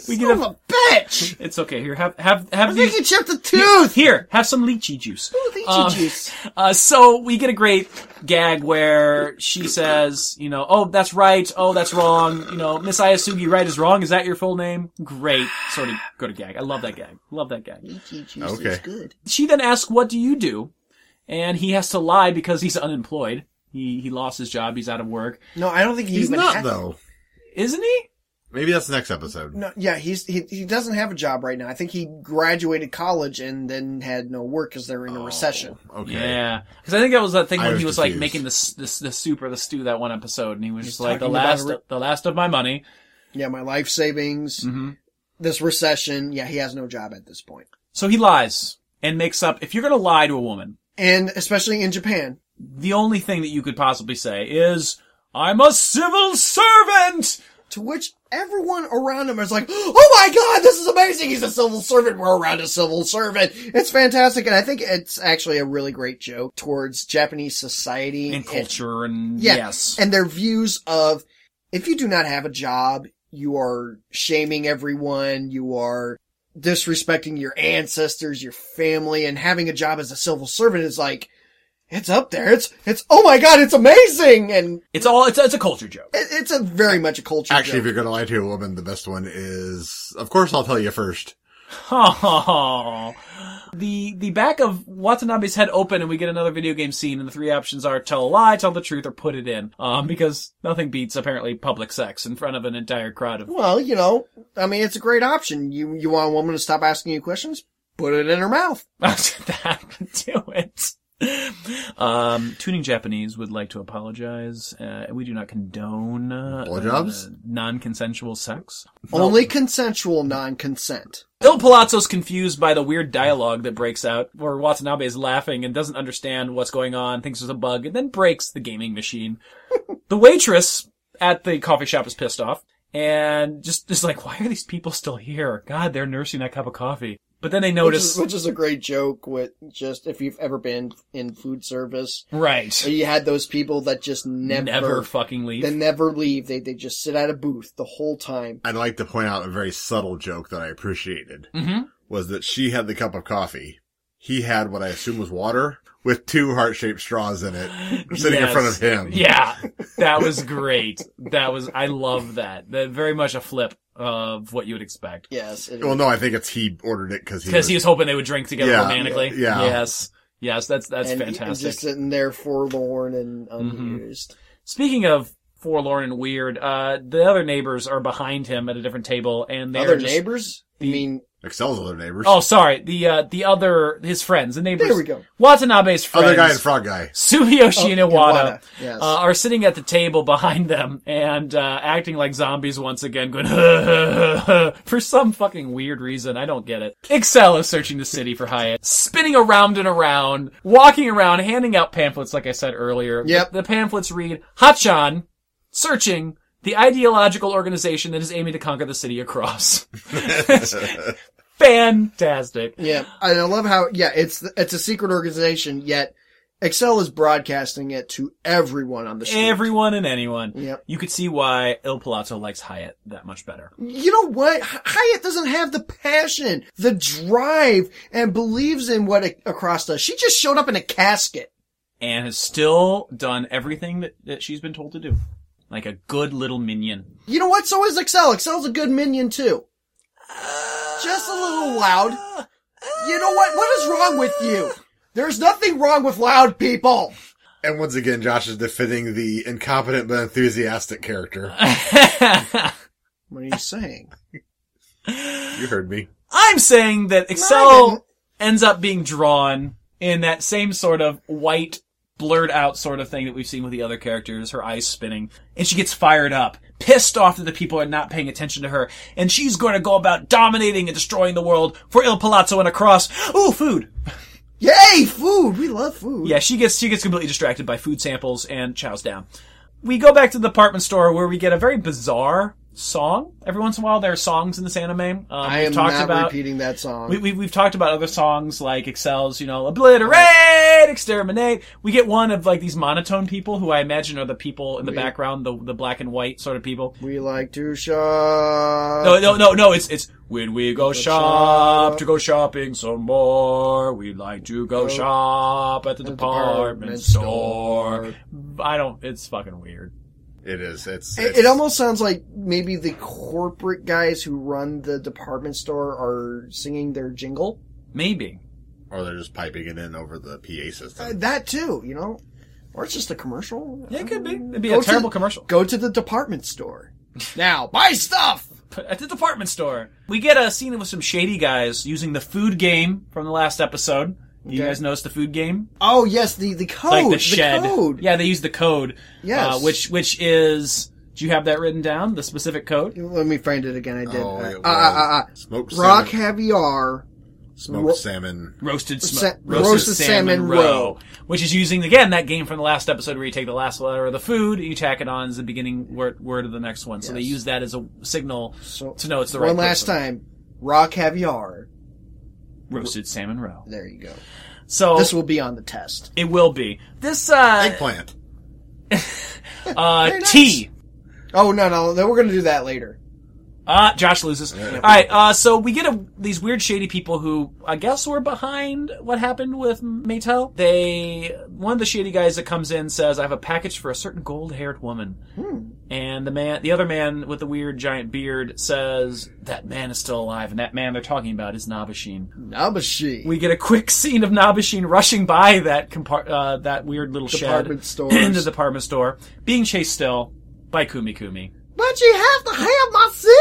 Speaker 3: We get
Speaker 1: Son of
Speaker 3: a,
Speaker 1: a bitch!
Speaker 3: it's okay. Here, have, have, have
Speaker 1: I think
Speaker 3: these.
Speaker 1: you chipped a tooth!
Speaker 3: Here, have some lychee juice.
Speaker 1: Lychee
Speaker 3: Um,
Speaker 1: juice.
Speaker 3: Uh, so we get a great gag where she says, you know, oh, that's right. Oh, that's wrong. You know, Miss Ayasugi, right is wrong. Is that your full name? Great. Sort of go to gag. I love that gag. Love that gag.
Speaker 1: Lychee juice
Speaker 2: Okay.
Speaker 1: good.
Speaker 3: She then asks, what do you do? And he has to lie because he's unemployed. He, he lost his job. He's out of work.
Speaker 1: No, I don't think he
Speaker 2: He's
Speaker 1: even
Speaker 2: not
Speaker 1: had-
Speaker 2: though.
Speaker 3: Isn't he?
Speaker 2: Maybe that's the next episode.
Speaker 1: No, yeah, he's he, he doesn't have a job right now. I think he graduated college and then had no work because they're
Speaker 3: Oh.
Speaker 1: in a recession.
Speaker 2: Okay.
Speaker 3: Yeah, because I think that was that thing
Speaker 2: I
Speaker 3: when
Speaker 2: was
Speaker 3: he was like
Speaker 2: confused.
Speaker 3: making the, s- the s- the soup or the stew that one episode, and he was just like the
Speaker 1: talking about
Speaker 3: last
Speaker 1: a re-
Speaker 3: the last of my money.
Speaker 1: Yeah, my life savings,
Speaker 3: Mm-hmm.
Speaker 1: this recession. Yeah, he has no job at this point.
Speaker 3: So he lies and makes up. If you're gonna lie to a woman,
Speaker 1: And especially in Japan,
Speaker 3: the only thing that you could possibly say is "I'm a civil servant."
Speaker 1: to which everyone around him is like, "Oh my god, this is amazing! He's a civil servant. We're around a civil servant. It's fantastic." And I think it's actually a really great joke towards Japanese society
Speaker 3: And culture and
Speaker 1: Yeah,
Speaker 3: yes,
Speaker 1: and their views of if you do not have a job, you are shaming everyone, you are disrespecting your ancestors, your family, and having a job as a civil servant is like, it's up there. It's, it's, oh my God, it's amazing. And
Speaker 3: it's all it's, it's a culture joke.
Speaker 1: it, it's a very much a culture.
Speaker 2: Actually, if
Speaker 1: joke.
Speaker 2: you're gonna lie to a woman, the best one is, of course, I'll tell you first.
Speaker 3: Oh. The the back of Watanabe's head open and we get another video game scene and the three options are tell a lie, tell the truth, or put it in. Um, because nothing beats apparently public sex in front of an entire crowd of
Speaker 1: well, you know, I mean, it's a great option. You, you want a woman to stop asking you questions? Put it in her mouth.
Speaker 3: that would do it. Um, Tuning Japanese would like to apologize. Uh, we do not condone uh,
Speaker 2: Blowjobs?
Speaker 3: uh, non-consensual sex.
Speaker 1: Only consensual non-consent.
Speaker 3: Il Palazzo's confused by the weird dialogue that breaks out, where Watanabe is laughing and doesn't understand what's going on, thinks there's a bug, and then breaks the gaming machine. the waitress at the coffee shop is pissed off and just is like, "Why are these people still here? God, they're nursing that cup of coffee." But then they
Speaker 1: Which
Speaker 3: notice,
Speaker 1: is, which is a great joke with just if you've ever been in food service
Speaker 3: right?
Speaker 1: So you had those people that just never,
Speaker 3: Never fucking leave.
Speaker 1: they never leave. They they just sit at a booth the whole time.
Speaker 2: I'd like to point out a very subtle joke that I appreciated
Speaker 3: Mhm.
Speaker 2: was that she had the cup of coffee. He had what I assume was water with two heart shaped straws in it sitting in
Speaker 3: Yes.
Speaker 2: front of him.
Speaker 3: Yeah, that was great. That was I love that. That very much a flip of what you would expect
Speaker 1: Yes, it-
Speaker 2: Well, no, I think it's he ordered it because he,
Speaker 3: because
Speaker 2: was,
Speaker 3: he was hoping they would drink together
Speaker 2: Yeah,
Speaker 3: romantically.
Speaker 2: yeah.
Speaker 3: Yes. Yes. That's that's
Speaker 1: and, and
Speaker 3: fantastic. Mm-hmm.
Speaker 1: just sitting there forlorn and unused.
Speaker 3: Speaking of forlorn and weird, uh, the other neighbors are behind him at a different table, and they're
Speaker 1: Other
Speaker 3: just,
Speaker 1: neighbors? I mean,
Speaker 2: excels other neighbors.
Speaker 3: Oh, sorry. The uh, the other his friends, the neighbors.
Speaker 1: There we go.
Speaker 3: Watanabe's friends.
Speaker 2: other guy and frog guy.
Speaker 3: Tsuyoshi and
Speaker 1: Oh,
Speaker 3: Iwata
Speaker 1: Iwata, yes.
Speaker 3: uh, are sitting at the table behind them and uh, acting like zombies once again, going "Huh, huh, huh, huh," for some fucking weird reason. I don't get it. Excel is searching the city for Hyatt, spinning around and around, walking around, handing out pamphlets. Like I said earlier,
Speaker 1: Yep.
Speaker 3: The, the pamphlets read Hachan searching the ideological organization that is aiming to conquer the city across. Fantastic.
Speaker 1: yeah, and I love how yeah it's the- it's a secret organization yet. Excel is broadcasting it to everyone on the street.
Speaker 3: Everyone and anyone.
Speaker 1: Yep.
Speaker 3: You could see why Il Palazzo likes Hyatt that much better.
Speaker 1: you know what? H- Hyatt doesn't have the passion, the drive, and believes in what A- Across does. She just showed up in a casket.
Speaker 3: and has still done everything that, that she's been told to do. Like a good little minion.
Speaker 1: You know what? So is Excel. Excel's a good minion too. Just a little loud. You know what? What is wrong with you? There's nothing wrong with loud people.
Speaker 2: And once again, Josh is defending the incompetent but enthusiastic character.
Speaker 1: What are you saying?
Speaker 2: You heard me.
Speaker 3: I'm saying that
Speaker 1: I didn't.
Speaker 3: Excel ends up being drawn in that same sort of white, blurred out sort of thing that we've seen with the other characters, her eyes spinning, and she gets fired up, pissed off that the people are not paying attention to her, and she's going to go about dominating and destroying the world for Il Palazzo and across. Ooh, food!
Speaker 1: Yay, food. We love food.
Speaker 3: Yeah, she gets she gets completely distracted by food samples and chows down. We go back to the department store where we get a very bizarre song. Every once in a while, there are songs in this anime. Um,
Speaker 1: I
Speaker 3: we've
Speaker 1: am
Speaker 3: talked
Speaker 1: not
Speaker 3: about,
Speaker 1: repeating that song.
Speaker 3: We, we, we've talked about other songs like Excel's, you know, obliterate, exterminate. We get one of like these monotone people who I imagine are the people in the background, the the black and white sort of people.
Speaker 1: We like to shop.
Speaker 3: No, no, no, no. It's it's when we go shop to go shopping some more. We like to go shop at the department
Speaker 1: department
Speaker 3: store. I don't. It's fucking weird.
Speaker 2: It is. It's.
Speaker 1: It, it almost sounds like maybe the corporate guys who run the department store are singing their jingle.
Speaker 3: Maybe.
Speaker 2: Or they're just piping it in over the PA
Speaker 1: Uh,
Speaker 2: system.
Speaker 1: That too, you know, or it's just a commercial.
Speaker 3: Yeah, it could be. It'd be
Speaker 1: Go
Speaker 3: a
Speaker 1: to
Speaker 3: terrible
Speaker 1: the-
Speaker 3: commercial.
Speaker 1: Go to the department store now. Buy stuff.
Speaker 3: at the department store. We get a scene with some shady guys using the food game from the last episode. You
Speaker 1: Okay.
Speaker 3: guys notice the food game?
Speaker 1: Oh yes, the the code.
Speaker 3: like the shed.
Speaker 1: code.
Speaker 3: Yeah, they use the code.
Speaker 1: Yes.
Speaker 3: Uh, which which is do you have that written down? The specific code?
Speaker 1: Let me find it again. I did.
Speaker 2: Oh,
Speaker 1: Uh,
Speaker 2: it
Speaker 1: uh, uh, uh,
Speaker 2: was. Smoked
Speaker 1: rock
Speaker 2: salmon.
Speaker 1: caviar.
Speaker 2: Smoked
Speaker 1: ro-
Speaker 2: salmon.
Speaker 3: Roasted, sm-
Speaker 1: Sa-
Speaker 3: roasted,
Speaker 1: roasted
Speaker 3: salmon,
Speaker 1: salmon
Speaker 3: roe,
Speaker 1: roe.
Speaker 3: which is using again that game from the last episode where you take the last letter of the food, you tack it on as the beginning word, word of the next one. So they
Speaker 1: Yes.
Speaker 3: use that as a signal
Speaker 1: So-
Speaker 3: to know it's the right.
Speaker 1: One last
Speaker 3: person.
Speaker 1: time. Raw caviar.
Speaker 3: roasted salmon roe.
Speaker 1: There you go.
Speaker 3: So
Speaker 1: This will be on the test.
Speaker 3: it will be this uh,
Speaker 2: Eggplant.
Speaker 3: uh
Speaker 1: nice.
Speaker 3: tea.
Speaker 1: Oh no no no! We're gonna do that later.
Speaker 3: Uh, Josh loses. All right. Uh, so we get a, these weird shady people who I guess were behind what happened with Maytel. They one of the shady guys that comes in says, "I have a package for a certain gold-haired woman,"
Speaker 1: Hmm.
Speaker 3: and the man, the other man with the weird giant beard, says, "That man is still alive," and that man they're talking about is Wabashin.
Speaker 1: Nabashi.
Speaker 3: We get a quick scene of Wabashin rushing by that compart- uh, that weird little
Speaker 1: Department
Speaker 3: shed
Speaker 1: stores.
Speaker 3: in the department store, being chased still by Kumi Kumi.
Speaker 1: But you have to have my soup.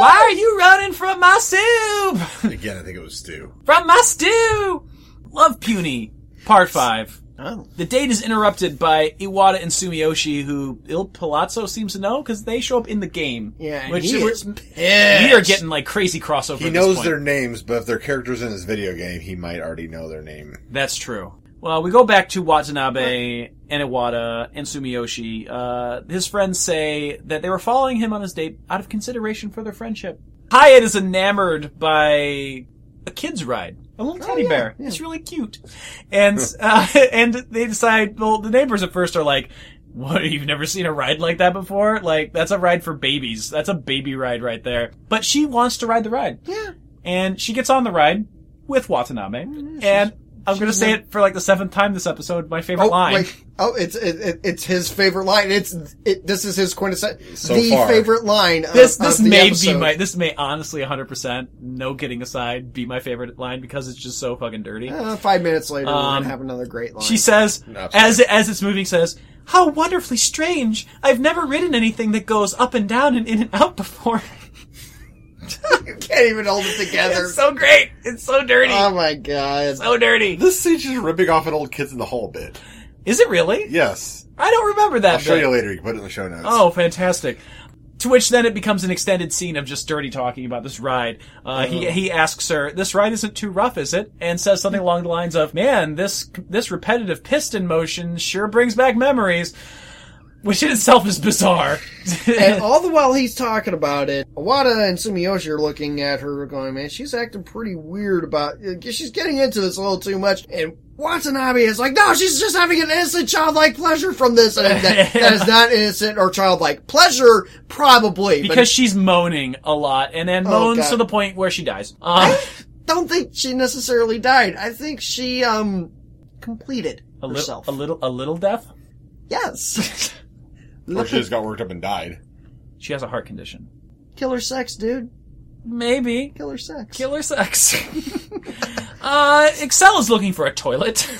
Speaker 3: Why are you running from my soup?
Speaker 2: Again, I think it was stew.
Speaker 3: from my stew! Love Puny, Part 5. The date is interrupted by Iwata and Sumiyoshi, who Il Palazzo seems to know because they show up in the game.
Speaker 1: Yeah, and
Speaker 3: which
Speaker 1: he
Speaker 3: we're-
Speaker 1: is
Speaker 3: we are getting like crazy crossover.
Speaker 2: He
Speaker 3: at this
Speaker 2: knows
Speaker 3: point.
Speaker 2: their names, but if they're characters in his video game, he might already know their name.
Speaker 3: That's true. Well, we go back to Watanabe and Iwata and Sumiyoshi. Uh, his friends say that they were following him on his date out of consideration for their friendship. Hyatt is enamored by a kid's ride, a little teddy bear. It's really cute, and uh, and they decide. Well, the neighbors at first are like. What, you've never seen a ride like that before? Like, that's a ride for babies. That's a baby ride right there. But she wants to ride the ride
Speaker 1: Yeah.
Speaker 3: and she gets on the ride with Watanabe. And I'm going to say it for like the seventh time this episode. My favorite
Speaker 1: Oh
Speaker 3: line.
Speaker 1: wait. Oh, it's it, it, it's his favorite line. It's it. This is his quintessential.
Speaker 2: So
Speaker 1: the
Speaker 2: far.
Speaker 1: favorite line. Of,
Speaker 3: this
Speaker 1: of
Speaker 3: this
Speaker 1: the
Speaker 3: may
Speaker 1: episode.
Speaker 3: be my this may honestly 100 percent no kidding aside be my favorite line because it's just so fucking dirty.
Speaker 1: Uh, five minutes later, we're
Speaker 3: Um,
Speaker 1: gonna have another great line.
Speaker 3: She says
Speaker 2: Absolutely.
Speaker 3: as as it's moving says. How wonderfully strange! I've never ridden anything that goes up and down and in and out before.
Speaker 1: "Can't even hold it together."
Speaker 3: it's so great. It's so dirty.
Speaker 1: oh my god!
Speaker 3: so dirty.
Speaker 2: This stage is ripping off an old kids in the hall bit.
Speaker 3: Is it really?
Speaker 2: Yes.
Speaker 3: I don't remember that.
Speaker 2: I'll show
Speaker 3: bit.
Speaker 2: you later. You can put it in the show notes.
Speaker 3: Oh, fantastic. To which then it becomes an extended scene of just Dirty talking about this ride. Uh, he, he asks her, this ride isn't too rough, is it? And says something along the lines of, man, this, this repetitive piston motion sure brings back memories. Which in itself is bizarre.
Speaker 1: and all the while he's talking about it, Awada and Sumiyoshi are looking at her, going, "Man, she's acting pretty weird about. She's getting into this a little too much." And Watanabe is like, "No, she's just having an innocent childlike pleasure from this, and that, that is not innocent or childlike pleasure, probably."
Speaker 3: because she's moaning a lot and then moans
Speaker 1: Oh, God.
Speaker 3: to the point where she dies. Um,
Speaker 1: but don't think she necessarily died. I think she um completed
Speaker 3: a, little,
Speaker 1: herself.
Speaker 3: a little, a little deaf.
Speaker 1: yes,
Speaker 2: Or she just got worked up and died.
Speaker 3: She has a heart condition.
Speaker 1: killer sex, dude.
Speaker 3: Maybe.
Speaker 1: Killer sex.
Speaker 3: Killer sex. uh, Excel is looking for a toilet.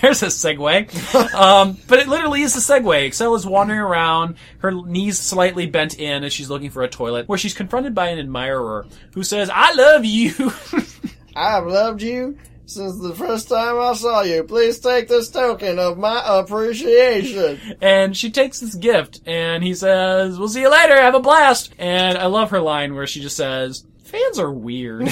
Speaker 3: There's a segue. Um, but it literally is a segue. Excel is wandering around, her knees slightly bent in as she's looking for a toilet, where she's confronted by an admirer who says, I love you.
Speaker 1: I've loved you since the first time I saw you. Please take this token of my appreciation.
Speaker 3: and she takes this gift and he says, we'll see you later. Have a blast. And I love her line where she just says, fans are weird.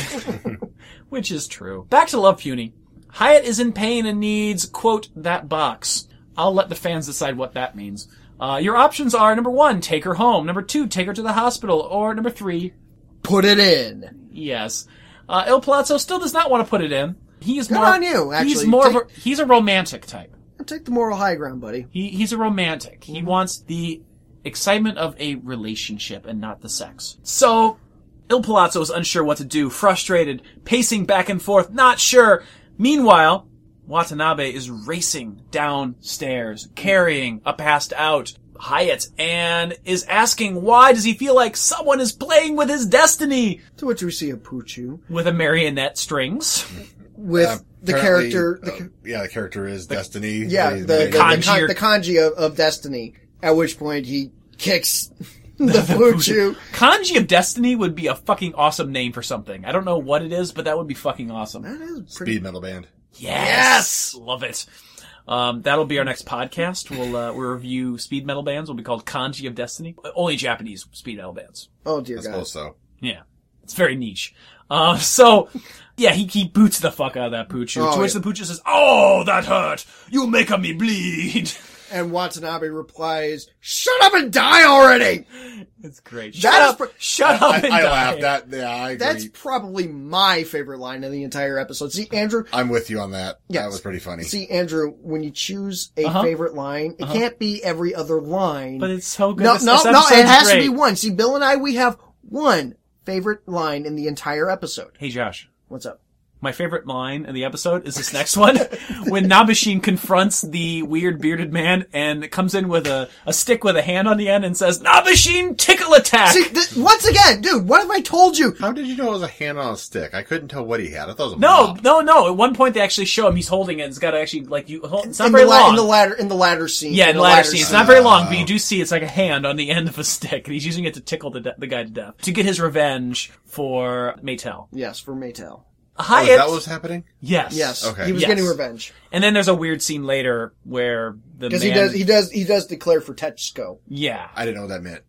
Speaker 3: Which is true. Back to Love Puny. Hyatt is in pain and needs, quote, that box. I'll let the fans decide what that means. Uh, your options are number one, take her home. Number two, take her to the hospital. Or number three,
Speaker 1: Put it in.
Speaker 3: yes. Uh, Il Palazzo still does not want to put it in. He is
Speaker 1: Good
Speaker 3: more,
Speaker 1: on you,
Speaker 3: He's
Speaker 1: actually.
Speaker 3: more of
Speaker 1: Take-
Speaker 3: a, he's a romantic type.
Speaker 1: Take the moral high ground, buddy.
Speaker 3: He, he's a romantic. He wants the excitement of a relationship and not the sex. So, Il Palazzo is unsure what to do, frustrated, pacing back and forth, not sure. Meanwhile, Watanabe is racing downstairs, carrying a passed out Hyatt, and is asking why does he feel like someone is playing with his destiny
Speaker 1: To which we see a Poochu
Speaker 3: with a marionette strings.
Speaker 1: with the
Speaker 2: Uh, Apparently,
Speaker 1: character, the,
Speaker 2: uh,
Speaker 1: ca-
Speaker 2: yeah, the character is Destiny.
Speaker 1: yeah,
Speaker 2: They-
Speaker 1: the,
Speaker 2: they-
Speaker 1: the, the,
Speaker 3: Kanji
Speaker 1: con-
Speaker 3: or-
Speaker 1: the kanji of, of destiny. At which point he kicks the Poochu.
Speaker 3: Kanji of Destiny would be a fucking awesome name for something. I don't know what it is, but that would be fucking awesome.
Speaker 1: That is pretty.
Speaker 2: speed metal band.
Speaker 3: Yes, love it. Um, that'll be our next podcast. We'll uh, we'll review speed metal bands. Will be called Kanji of Destiny. Only Japanese speed metal bands.
Speaker 1: Oh dear
Speaker 2: I
Speaker 1: God.
Speaker 2: suppose so.
Speaker 3: Yeah, it's very niche. Uh, so yeah, he he boots the fuck out of that pooch.
Speaker 1: Oh,
Speaker 3: to which
Speaker 1: yeah.
Speaker 3: the pooch says, "Oh, that hurt. You make me bleed."
Speaker 1: And Watanabe replies, "Shut up and die already."
Speaker 3: It's great. Shut
Speaker 1: That is
Speaker 3: up.
Speaker 1: pr-
Speaker 3: shut up.
Speaker 2: I,
Speaker 3: and
Speaker 2: I
Speaker 3: die.
Speaker 2: laughed. That yeah, I agree.
Speaker 1: That's probably my favorite line in the entire episode. See, Andrew,
Speaker 2: I'm with you on that.
Speaker 1: Yes.
Speaker 2: That was pretty funny.
Speaker 1: see, Andrew, when you choose a
Speaker 3: Uh-huh.
Speaker 1: favorite line, it can't be every other line.
Speaker 3: But it's so good.
Speaker 1: no,
Speaker 3: This-
Speaker 1: no,
Speaker 3: this
Speaker 1: no, it
Speaker 3: episode's
Speaker 1: has to
Speaker 3: great.
Speaker 1: be one. See, Bill and I, we have one favorite line in the entire episode.
Speaker 3: Hey, Josh.
Speaker 1: What's up?
Speaker 3: My favorite line in the episode is this next one when Nabashin confronts the weird bearded man and comes in with a, a stick with a hand on the end and says, Nabashin tickle attack!
Speaker 1: See, th- once again, dude, what have I told you?
Speaker 2: How did you know it was a hand on a stick? I couldn't tell what he had. I thought it was a
Speaker 3: no,
Speaker 2: mop.
Speaker 3: no, no. At one point they actually show him he's holding it. It's got to actually, like, you, hold, it's not
Speaker 1: in
Speaker 3: very
Speaker 1: the la-
Speaker 3: long.
Speaker 1: in the latter in the latter scene.
Speaker 3: yeah, in the latter scene. It's not very long, but you
Speaker 2: Oh.
Speaker 3: do see it's like a hand on the end of a stick and he's using it to tickle the, de- the guy to death to get his revenge for Maytel.
Speaker 1: Yes, for Maytel.
Speaker 2: Oh,
Speaker 3: Hyatt.
Speaker 2: is that was happening.
Speaker 3: yes.
Speaker 1: Yes,
Speaker 2: Okay.
Speaker 1: he was
Speaker 3: Yes.
Speaker 1: getting revenge
Speaker 3: And then there's a weird scene later where the man.
Speaker 1: because he does he does he does declare for Tetsuko.
Speaker 3: yeah.
Speaker 2: I didn't know what that meant.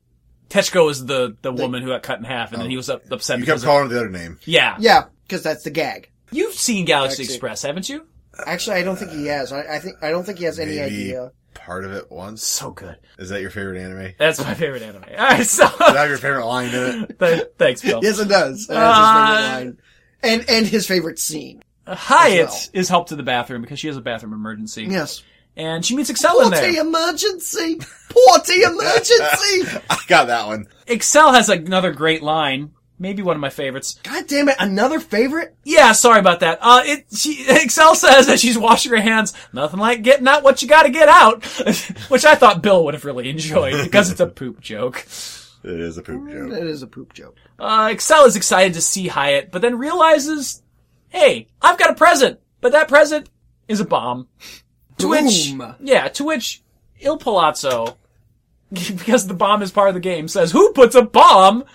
Speaker 3: Tetchko is the, the woman who got cut in half, and then he was up, upset
Speaker 2: You
Speaker 3: because
Speaker 2: kept
Speaker 3: of,
Speaker 2: calling him the other name.
Speaker 3: yeah.
Speaker 1: Yeah, because that's the gag.
Speaker 3: You've seen Galaxy
Speaker 1: Galaxy.
Speaker 3: Express, haven't you?
Speaker 1: Actually, I don't think he has. I, I think I don't think he has any
Speaker 2: Maybe
Speaker 1: idea.
Speaker 2: part of it once.
Speaker 3: So good.
Speaker 2: Is that your favorite anime?
Speaker 3: That's my favorite anime. All right, so
Speaker 2: Did I have your favorite line in it?
Speaker 3: Th- thanks, Bill.
Speaker 1: Yes, it does. That's his
Speaker 3: Uh,
Speaker 1: favorite line. And and his favorite scene.
Speaker 3: Hyatt
Speaker 1: as well.
Speaker 3: is helped to the bathroom because she has a bathroom emergency,
Speaker 1: Yes.
Speaker 3: and she meets Excel in
Speaker 1: Porty
Speaker 3: there.
Speaker 1: emergency. Porty emergency.
Speaker 2: I got that one.
Speaker 3: Excel has another great line, maybe one of my favorites.
Speaker 1: God damn it! Another favorite.
Speaker 3: Yeah, sorry about that. Uh, it she Excel says that she's washing her hands. Nothing like getting out what you got to get out, which I thought Bill would have really enjoyed because it's a poop joke.
Speaker 2: It is a poop joke.
Speaker 1: It is a poop joke.
Speaker 3: Uh, Excel is excited to see Hyatt, but then realizes, hey, I've got a present, but that present is a bomb. To which,
Speaker 1: Boom.
Speaker 3: yeah, to which Il Palazzo, because the bomb is part of the game, says, who puts a bomb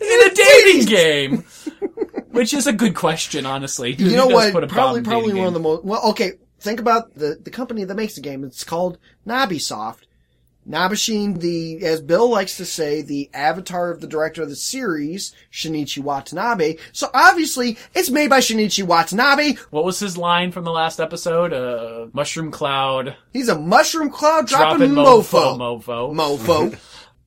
Speaker 3: in a dating game? which is a good question, honestly.
Speaker 1: You know what? Probably
Speaker 3: in a
Speaker 1: probably
Speaker 3: dating
Speaker 1: one of the
Speaker 3: game?
Speaker 1: most. Well, okay. Think about the the company that makes the game. It's called Nabisoft. Nabashin, the as Bill likes to say, the avatar of the director of the series, Shinichi Watanabe. So obviously, it's made by Shinichi Watanabe.
Speaker 3: What was his line from the last episode? Uh, mushroom cloud,
Speaker 1: He's a mushroom cloud dropping,
Speaker 3: dropping
Speaker 1: mofo.
Speaker 3: mofo.
Speaker 1: mofo.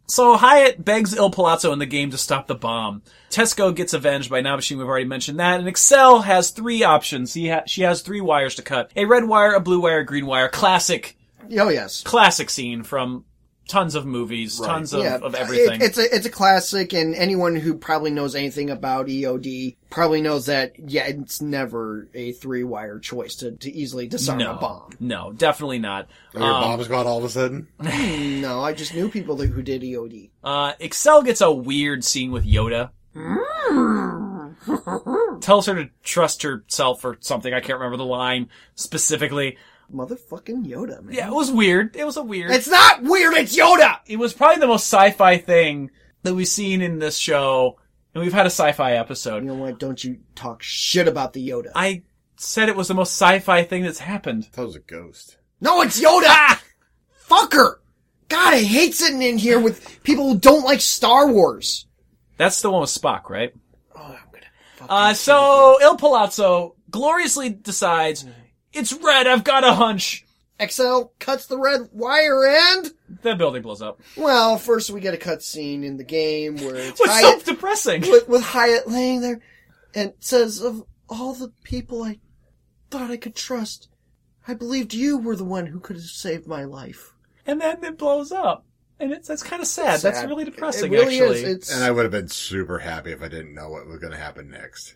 Speaker 3: So Hyatt begs Il Palazzo in the game to stop the bomb. Tesco gets avenged by Nabashin, we've already mentioned that, and Excel has three options. He ha- she has three wires to cut. A red wire, a blue wire, a green wire. Classic,
Speaker 1: oh yes.
Speaker 3: classic scene from tons of movies, tons of, of everything.
Speaker 1: It, it's a it's a classic, and anyone who probably knows anything about EOD probably knows that. Yeah, it's never a three wire choice to, to easily disarm
Speaker 3: no,
Speaker 1: a bomb.
Speaker 3: no, definitely not.
Speaker 2: Your bomb's gone all of a sudden.
Speaker 1: No, I just knew people who did E EOD.
Speaker 3: Uh, Excel gets a weird scene with Yoda. Tells her to trust herself or something. I can't remember the line specifically.
Speaker 1: Motherfucking Yoda, man.
Speaker 3: Yeah, it was weird. It was a weird.
Speaker 1: It's not weird. It's Yoda.
Speaker 3: it was probably the most sci-fi thing that we've seen in this show, and we've had a sci-fi episode.
Speaker 1: You know what? Don't you talk shit about the Yoda.
Speaker 3: I said it was the most sci-fi thing that's happened.
Speaker 2: I thought it was a ghost.
Speaker 1: no, it's Yoda.
Speaker 3: Ah!
Speaker 1: Fucker. God, I hate sitting in here with people who don't like Star Wars.
Speaker 3: That's the one with Spock, right?
Speaker 1: Oh, I'm gonna. fucking
Speaker 3: Uh, so Il Palazzo gloriously decides it's red. I've got a hunch.
Speaker 1: XL cuts the red wire end.
Speaker 3: The building blows up.
Speaker 1: Well, first we get a cutscene in the game where it's
Speaker 3: What's so
Speaker 1: Hyatt,
Speaker 3: depressing?
Speaker 1: with, with Hyatt laying there and says, of all the people I thought I could trust, I believed you were the one who could have saved my life.
Speaker 3: And then it blows up. And it's that's kind of sad. That's
Speaker 1: Sad.
Speaker 3: really depressing,
Speaker 1: It really is.
Speaker 3: actually.
Speaker 1: It's,
Speaker 2: And I would have been super happy if I didn't know what was going to happen next.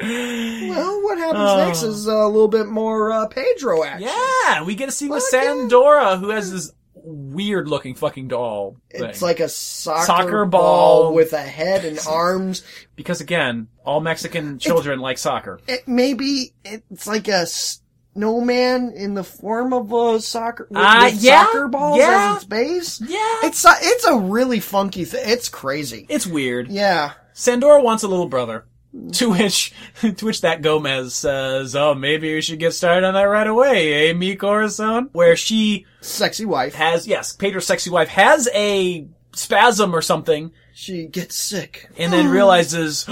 Speaker 1: well, what happens next is a little bit more uh, Pedro action.
Speaker 3: Uh. Yeah, we get to see Miss
Speaker 1: Fuck yeah.
Speaker 3: Sandora, who has this weird looking fucking doll.
Speaker 1: It's
Speaker 3: thing.
Speaker 1: like a soccer,
Speaker 3: Soccer
Speaker 1: ball,
Speaker 3: ball.
Speaker 1: with a head and arms.
Speaker 3: Because again, all Mexican children like soccer.
Speaker 1: It maybe it's like a snowman in the form of a soccer with,
Speaker 3: Uh,
Speaker 1: with
Speaker 3: yeah,
Speaker 1: soccer balls
Speaker 3: yeah.
Speaker 1: as its base.
Speaker 3: Yeah.
Speaker 1: It's a, it's a really funky thing. It's crazy.
Speaker 3: It's weird.
Speaker 1: yeah.
Speaker 3: Sandora wants a little brother. To which, to which that Gomez says, "Oh, maybe we should get started on that right away, eh, mi corazón?" Where she
Speaker 1: Sexy wife.
Speaker 3: has, yes, Pedro's sexy wife has a spasm or something,
Speaker 1: She gets sick.
Speaker 3: and then realizes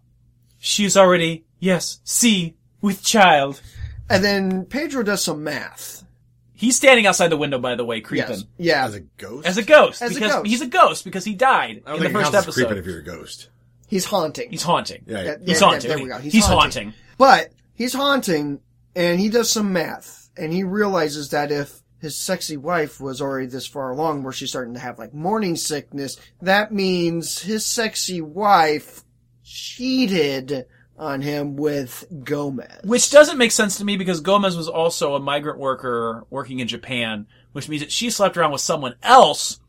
Speaker 3: she's already yes, C with child.
Speaker 1: And then Pedro does some math.
Speaker 3: He's standing outside the window, by the way, creeping
Speaker 1: Yes. Yeah.
Speaker 2: As a ghost?
Speaker 3: as a ghost
Speaker 1: As a
Speaker 3: because
Speaker 1: ghost.
Speaker 3: he's a ghost because he died
Speaker 2: I don't
Speaker 3: in the
Speaker 2: think
Speaker 3: first
Speaker 2: your house is creeping
Speaker 3: episode.
Speaker 2: if you're a ghost.
Speaker 1: He's haunting.
Speaker 3: He's haunting.
Speaker 2: Yeah.
Speaker 1: Yeah,
Speaker 3: He's
Speaker 1: yeah,
Speaker 3: haunting.
Speaker 1: There we go. He's,
Speaker 3: haunting.
Speaker 1: But he's haunting and he does some math and he realizes that if his sexy wife was already this far along where she's starting to have like morning sickness, that means his sexy wife cheated on him with Gomez.
Speaker 3: Which doesn't make sense to me because Gomez was also a migrant worker working in Japan, which means that she slept around with someone else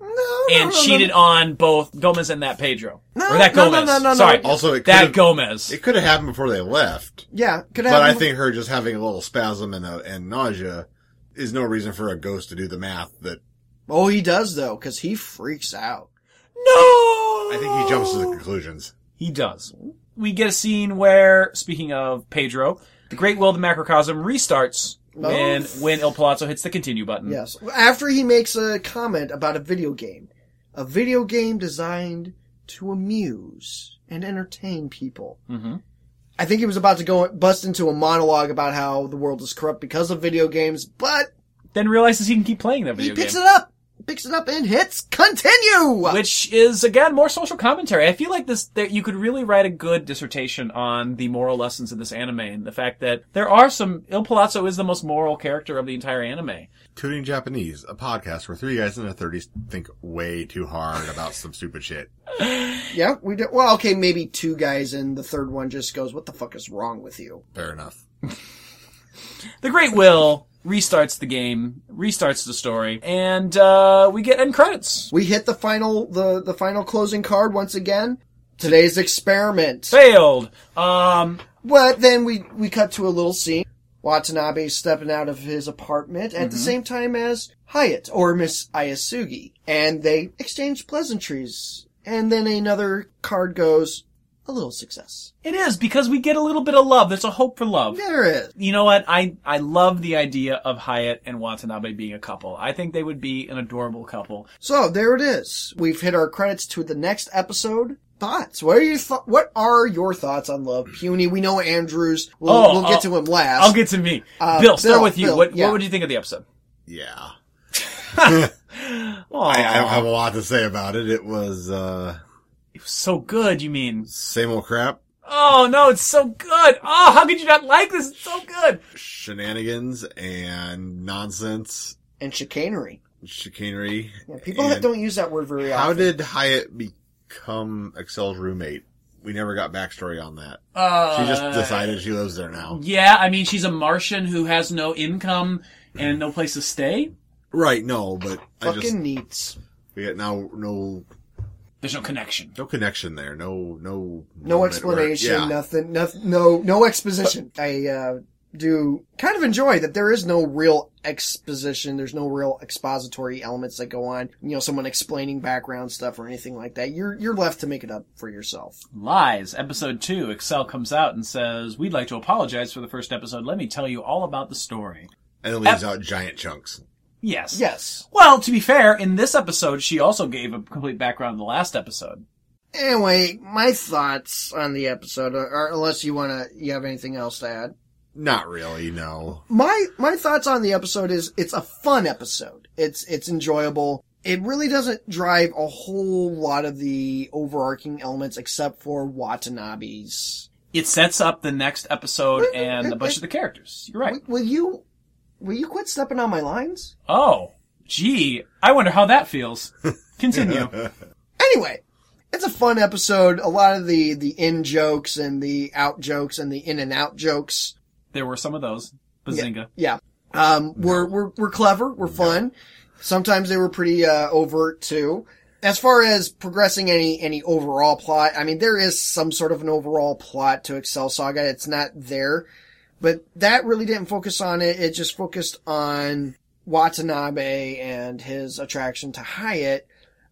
Speaker 1: No, no,
Speaker 3: and
Speaker 1: no, no,
Speaker 3: cheated on both Gomez and that Pedro.
Speaker 1: No,
Speaker 3: or that
Speaker 1: no, no,
Speaker 3: Gomez.
Speaker 1: no, no, no.
Speaker 3: Sorry.
Speaker 2: Also, it
Speaker 3: that
Speaker 2: could've-
Speaker 3: Gomez.
Speaker 2: It could have happened before they left,
Speaker 1: Yeah, could
Speaker 2: but I
Speaker 1: happen.
Speaker 2: think her just having a little spasm and, a, and nausea is no reason for a ghost to do the math that
Speaker 1: Oh, he does though, because he freaks out.
Speaker 3: no!
Speaker 2: I think he jumps to the conclusions.
Speaker 3: He does. We get a scene where, speaking of Pedro, the Great Will of the Macrocosm restarts when, when Il Palazzo hits the continue button.
Speaker 1: Yes. After he makes a comment about a video game. A video game designed to amuse and entertain people. Mm-hmm. I think he was about to go bust into a monologue about how the world is corrupt because of video games, but
Speaker 3: Then realizes he can keep playing that
Speaker 1: he
Speaker 3: video game.
Speaker 1: picks it up, picks it up and hits continue!
Speaker 3: which is again more social commentary. I feel like this that you could really write a good dissertation on the moral lessons in this anime and the fact that there are some Il Palazzo is the most moral character of the entire anime.
Speaker 2: Tuning Japanese, a podcast where three guys in their 30s think way too hard about some stupid shit.
Speaker 1: yeah, we did. Well, okay, maybe two guys and the third one just goes, what the fuck is wrong with you?
Speaker 2: Fair enough.
Speaker 3: The Great Will restarts the game, restarts the story, and uh, we get end credits.
Speaker 1: We hit the final, the, the final closing card once again. Today's experiment.
Speaker 3: Failed. Um,
Speaker 1: But then we, we cut to a little scene. Watanabe stepping out of his apartment at the same time as Hyatt or Miss Ayasugi. And they exchange pleasantries. And then another card goes, a little success.
Speaker 3: it is because we get a little bit of love. There's a hope for love.
Speaker 1: There it is.
Speaker 3: You know what? I, I love the idea of Hyatt and Watanabe being a couple. I think they would be an adorable couple.
Speaker 1: So there it is. We've hit our credits to the next episode. Thoughts? What are your th- what are your thoughts on love? Puny. We know Andrews. We'll,
Speaker 3: Oh,
Speaker 1: we'll get
Speaker 3: I'll-
Speaker 1: to him last.
Speaker 3: I'll get to me. Bill, start
Speaker 1: Uh, Bill,
Speaker 3: with you.
Speaker 1: Bill,
Speaker 3: what,
Speaker 1: yeah.
Speaker 3: what would you think of the episode?
Speaker 2: Yeah.
Speaker 3: Oh,
Speaker 2: I, I don't have a lot to say about it. It was, uh,
Speaker 3: it was so good, you mean?
Speaker 2: same old crap,
Speaker 3: Oh no, it's so good. Oh, how could you not like this? It's so good.
Speaker 2: shenanigans and nonsense,
Speaker 1: and chicanery.
Speaker 2: chicanery.
Speaker 1: Yeah, people
Speaker 2: and
Speaker 1: don't use that word very
Speaker 2: How
Speaker 1: often.
Speaker 2: did Hyatt become Excel's roommate? We never got backstory on that.
Speaker 3: Uh,
Speaker 2: She just decided she lives there now.
Speaker 3: Yeah, I mean, she's a Martian who has no income and no place to stay.
Speaker 2: Right, no, but I
Speaker 1: Fucking
Speaker 2: just,
Speaker 1: neats.
Speaker 2: we got now no,
Speaker 3: There's no connection.
Speaker 2: no connection there. No, no,
Speaker 1: no
Speaker 2: moment where-
Speaker 1: explanation,
Speaker 2: yeah.
Speaker 1: nothing, nothing, no, no exposition. I, uh, do kind of enjoy that there is no real exposition. There's no real expository elements that go on. You know, someone explaining background stuff or anything like that. You're, you're left to make it up for yourself.
Speaker 3: Lies, episode two. Excel comes out and says, "We'd like to apologize for the first episode. Let me tell you all about the story."
Speaker 2: And it leaves out giant chunks.
Speaker 3: Yes.
Speaker 1: Yes.
Speaker 3: Well, to be fair, in this episode, she also gave a complete background in the last episode.
Speaker 1: Anyway, my thoughts on the episode, or, or unless you want to, you have anything else to add?
Speaker 2: Not really, no.
Speaker 1: my my thoughts on the episode is it's a fun episode. It's it's enjoyable. It really doesn't drive a whole lot of the overarching elements except for Watanabe's.
Speaker 3: It sets up the next episode and a bunch of the characters. You're right.
Speaker 1: Will you will you quit stepping on my lines?
Speaker 3: Oh, gee, I wonder how that feels. Continue.
Speaker 1: Anyway, it's a fun episode. A lot of the the in jokes and the out jokes and the in and out jokes
Speaker 3: There were some of those. Bazinga.
Speaker 1: Yeah. Um, we're, we're, we're clever. We're fun. Sometimes they were pretty, uh, overt too. As far as progressing any, any overall plot, I mean, there is some sort of an overall plot to Excel Saga. It's not there, but that really didn't focus on it. It just focused on Watanabe and his attraction to Hyatt.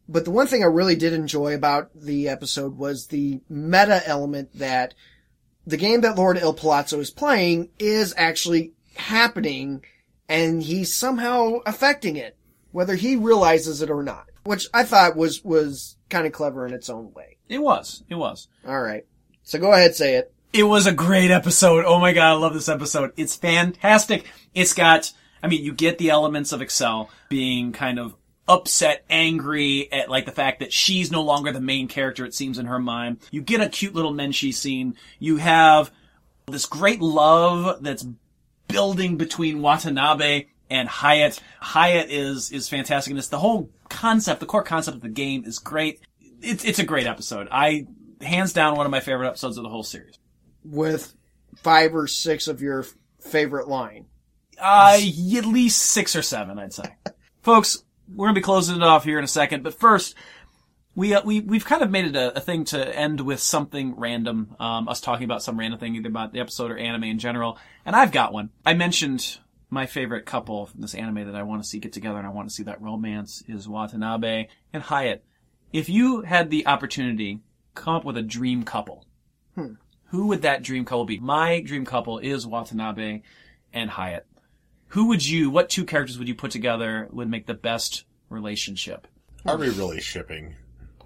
Speaker 1: But the one thing I really did enjoy about the episode was the meta element that the game that Lord Il Palazzo is playing is actually happening and he's somehow affecting it, whether he realizes it or not, which I thought was, was kind of clever in its own way.
Speaker 3: It was. It was.
Speaker 1: All right. So go ahead, say it.
Speaker 3: It was a great episode. Oh my god, I love this episode. It's fantastic. It's got, I mean, you get the elements of Excel being kind of upset, angry at like the fact that she's no longer the main character, it seems in her mind. You get a cute little Menshi scene. You have this great love that's building between Watanabe and Hyatt. Hyatt is, is fantastic in this. The whole concept, the core concept of the game is great. It's, it's a great episode. I, hands down, one of my favorite episodes of the whole series.
Speaker 1: With five or six of your f- favorite line.
Speaker 3: Uh, y- at least six or seven, I'd say. Folks, we're gonna be closing it off here in a second, but first, we, uh, we, we've kind of made it a, a thing to end with something random, um, us talking about some random thing, either about the episode or anime in general. And I've got one. I mentioned my favorite couple from this anime that I want to see get together and I want to see that romance is Watanabe and Hyatt. If you had the opportunity, come up with a dream couple. Who would that dream couple be? My dream couple is Watanabe and Hyatt who would you what two characters would you put together would make the best relationship
Speaker 2: Are we really shipping?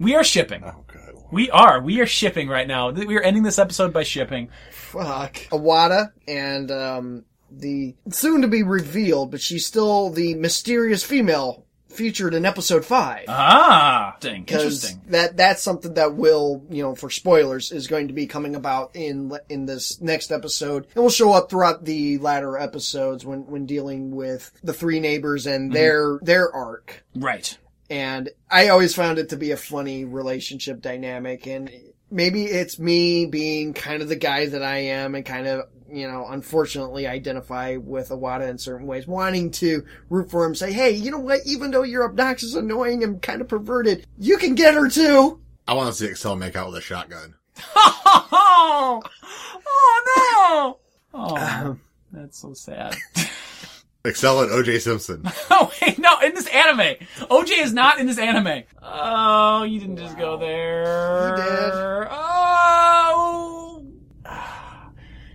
Speaker 3: we are shipping
Speaker 2: Oh, good. lord.
Speaker 3: we are we are shipping right now Th- we are ending this episode by shipping
Speaker 1: Fuck. Awada and, um, the soon to be revealed, but she's still the mysterious female featured in episode five.
Speaker 3: ah interesting
Speaker 1: because
Speaker 3: interesting
Speaker 1: that that's something that will you know for spoilers is going to be coming about in in this next episode and will show up throughout the latter episodes when when dealing with the three neighbors and their their arc
Speaker 3: right
Speaker 1: and I always found it to be a funny relationship dynamic and maybe it's me being kind of the guy that I am and kind of, you know, unfortunately identify with Awada in certain ways, wanting to root for him, say, hey, you know what, even though you're obnoxious, annoying, and kind of perverted, you can get her too!
Speaker 2: I want to see Excel make out with a shotgun.
Speaker 3: oh, oh no oh that's so sad
Speaker 2: Excel and OJ Simpson.
Speaker 3: oh wait no in this anime oj is not in this anime oh you didn't just go there
Speaker 1: You did.
Speaker 3: oh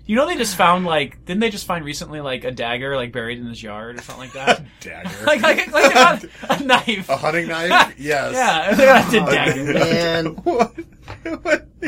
Speaker 3: You know they just found like didn't they just find recently like a dagger like buried in his yard or something like that?
Speaker 2: Dagger.
Speaker 3: like like like a, a knife.
Speaker 2: a hunting knife? Yes.
Speaker 3: Yeah, they got a dagger.
Speaker 1: And,
Speaker 2: What?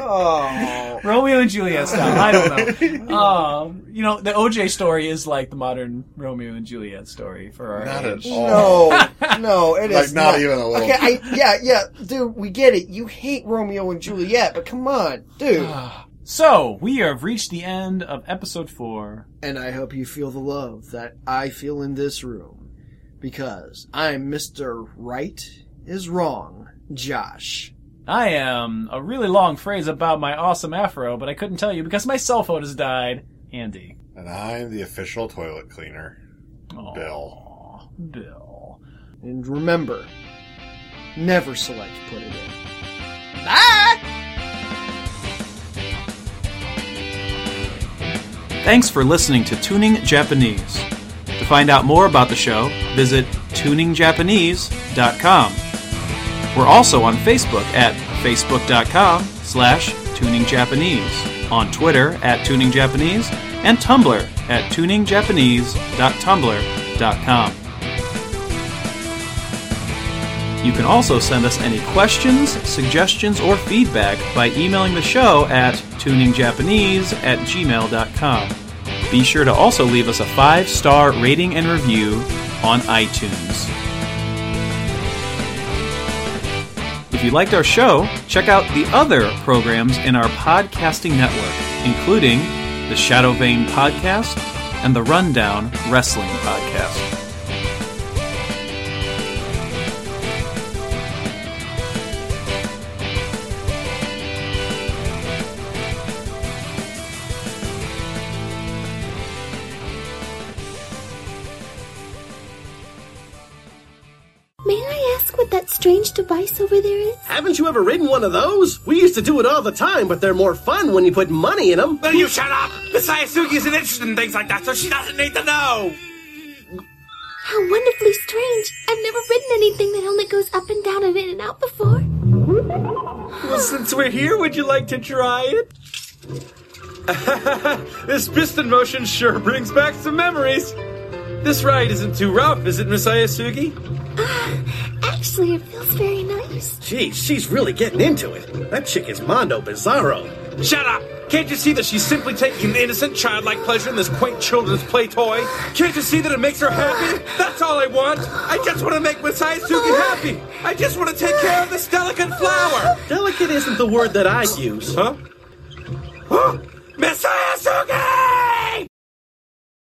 Speaker 1: oh,
Speaker 3: Romeo and Juliet style. I don't know. Um, you know the OJ story is like the modern Romeo and Juliet story for our
Speaker 2: Not at
Speaker 3: age.
Speaker 2: all.
Speaker 1: no, no, it is
Speaker 2: Oh. Like, not even a little.
Speaker 1: Okay, I, yeah, yeah, dude, we get it. You hate Romeo and Juliet, but come on, dude.
Speaker 3: Oh, So we have reached the end of episode four.
Speaker 1: And I hope you feel the love that I feel in this room. Because I'm Mr. Right is Wrong, Josh.
Speaker 3: I am a really long phrase about my awesome afro, but I couldn't tell you because my cell phone has died. Andy,
Speaker 2: And I'm the official toilet cleaner,
Speaker 3: Aw,
Speaker 2: Bill.
Speaker 3: Bill.
Speaker 1: And remember, never select put it in. Bye!
Speaker 3: Thanks for listening to Tuning Japanese. To find out more about the show, visit tuningjapanese.com. We're also on Facebook at facebook.com slash tuningjapanese, on Twitter at tuningjapanese, and Tumblr at tuningjapanese.tumblr.com. You can also send us any questions, suggestions, or feedback by emailing the show at tuningjapanese at gmail.com. Be sure to also leave us a five star rating and review on iTunes. If you liked our show, check out the other programs in our podcasting network, including the Shadow Vein Podcast and the Rundown Wrestling Podcast.
Speaker 6: May I ask what that strange device over there is?
Speaker 7: Haven't you ever ridden one of those? We used to do it all the time, but they're more fun when you put money in them.
Speaker 5: Will you shut up? Miss Sayasuki isn't interested in things like that, so she doesn't need to know.
Speaker 6: How wonderfully strange! I've never ridden anything that only goes up and down and in and out before.
Speaker 5: Since we're here, would you like to try it? this piston motion sure brings back some memories. This ride isn't too rough, is it, Miss Ayasugi?
Speaker 6: Actually, it feels very nice.
Speaker 7: Gee, she's really getting into it. That chick is Mondo Bizarro.
Speaker 5: Shut up! Can't you see that she's simply taking an innocent childlike pleasure in this quaint children's play toy? Can't you see that it makes her happy? That's all I want! I just want to make Miss Ayasugi happy! I just want to take care of this delicate flower!
Speaker 7: Delicate isn't the word that I use.
Speaker 5: Huh? Huh? Miss Ayasugi!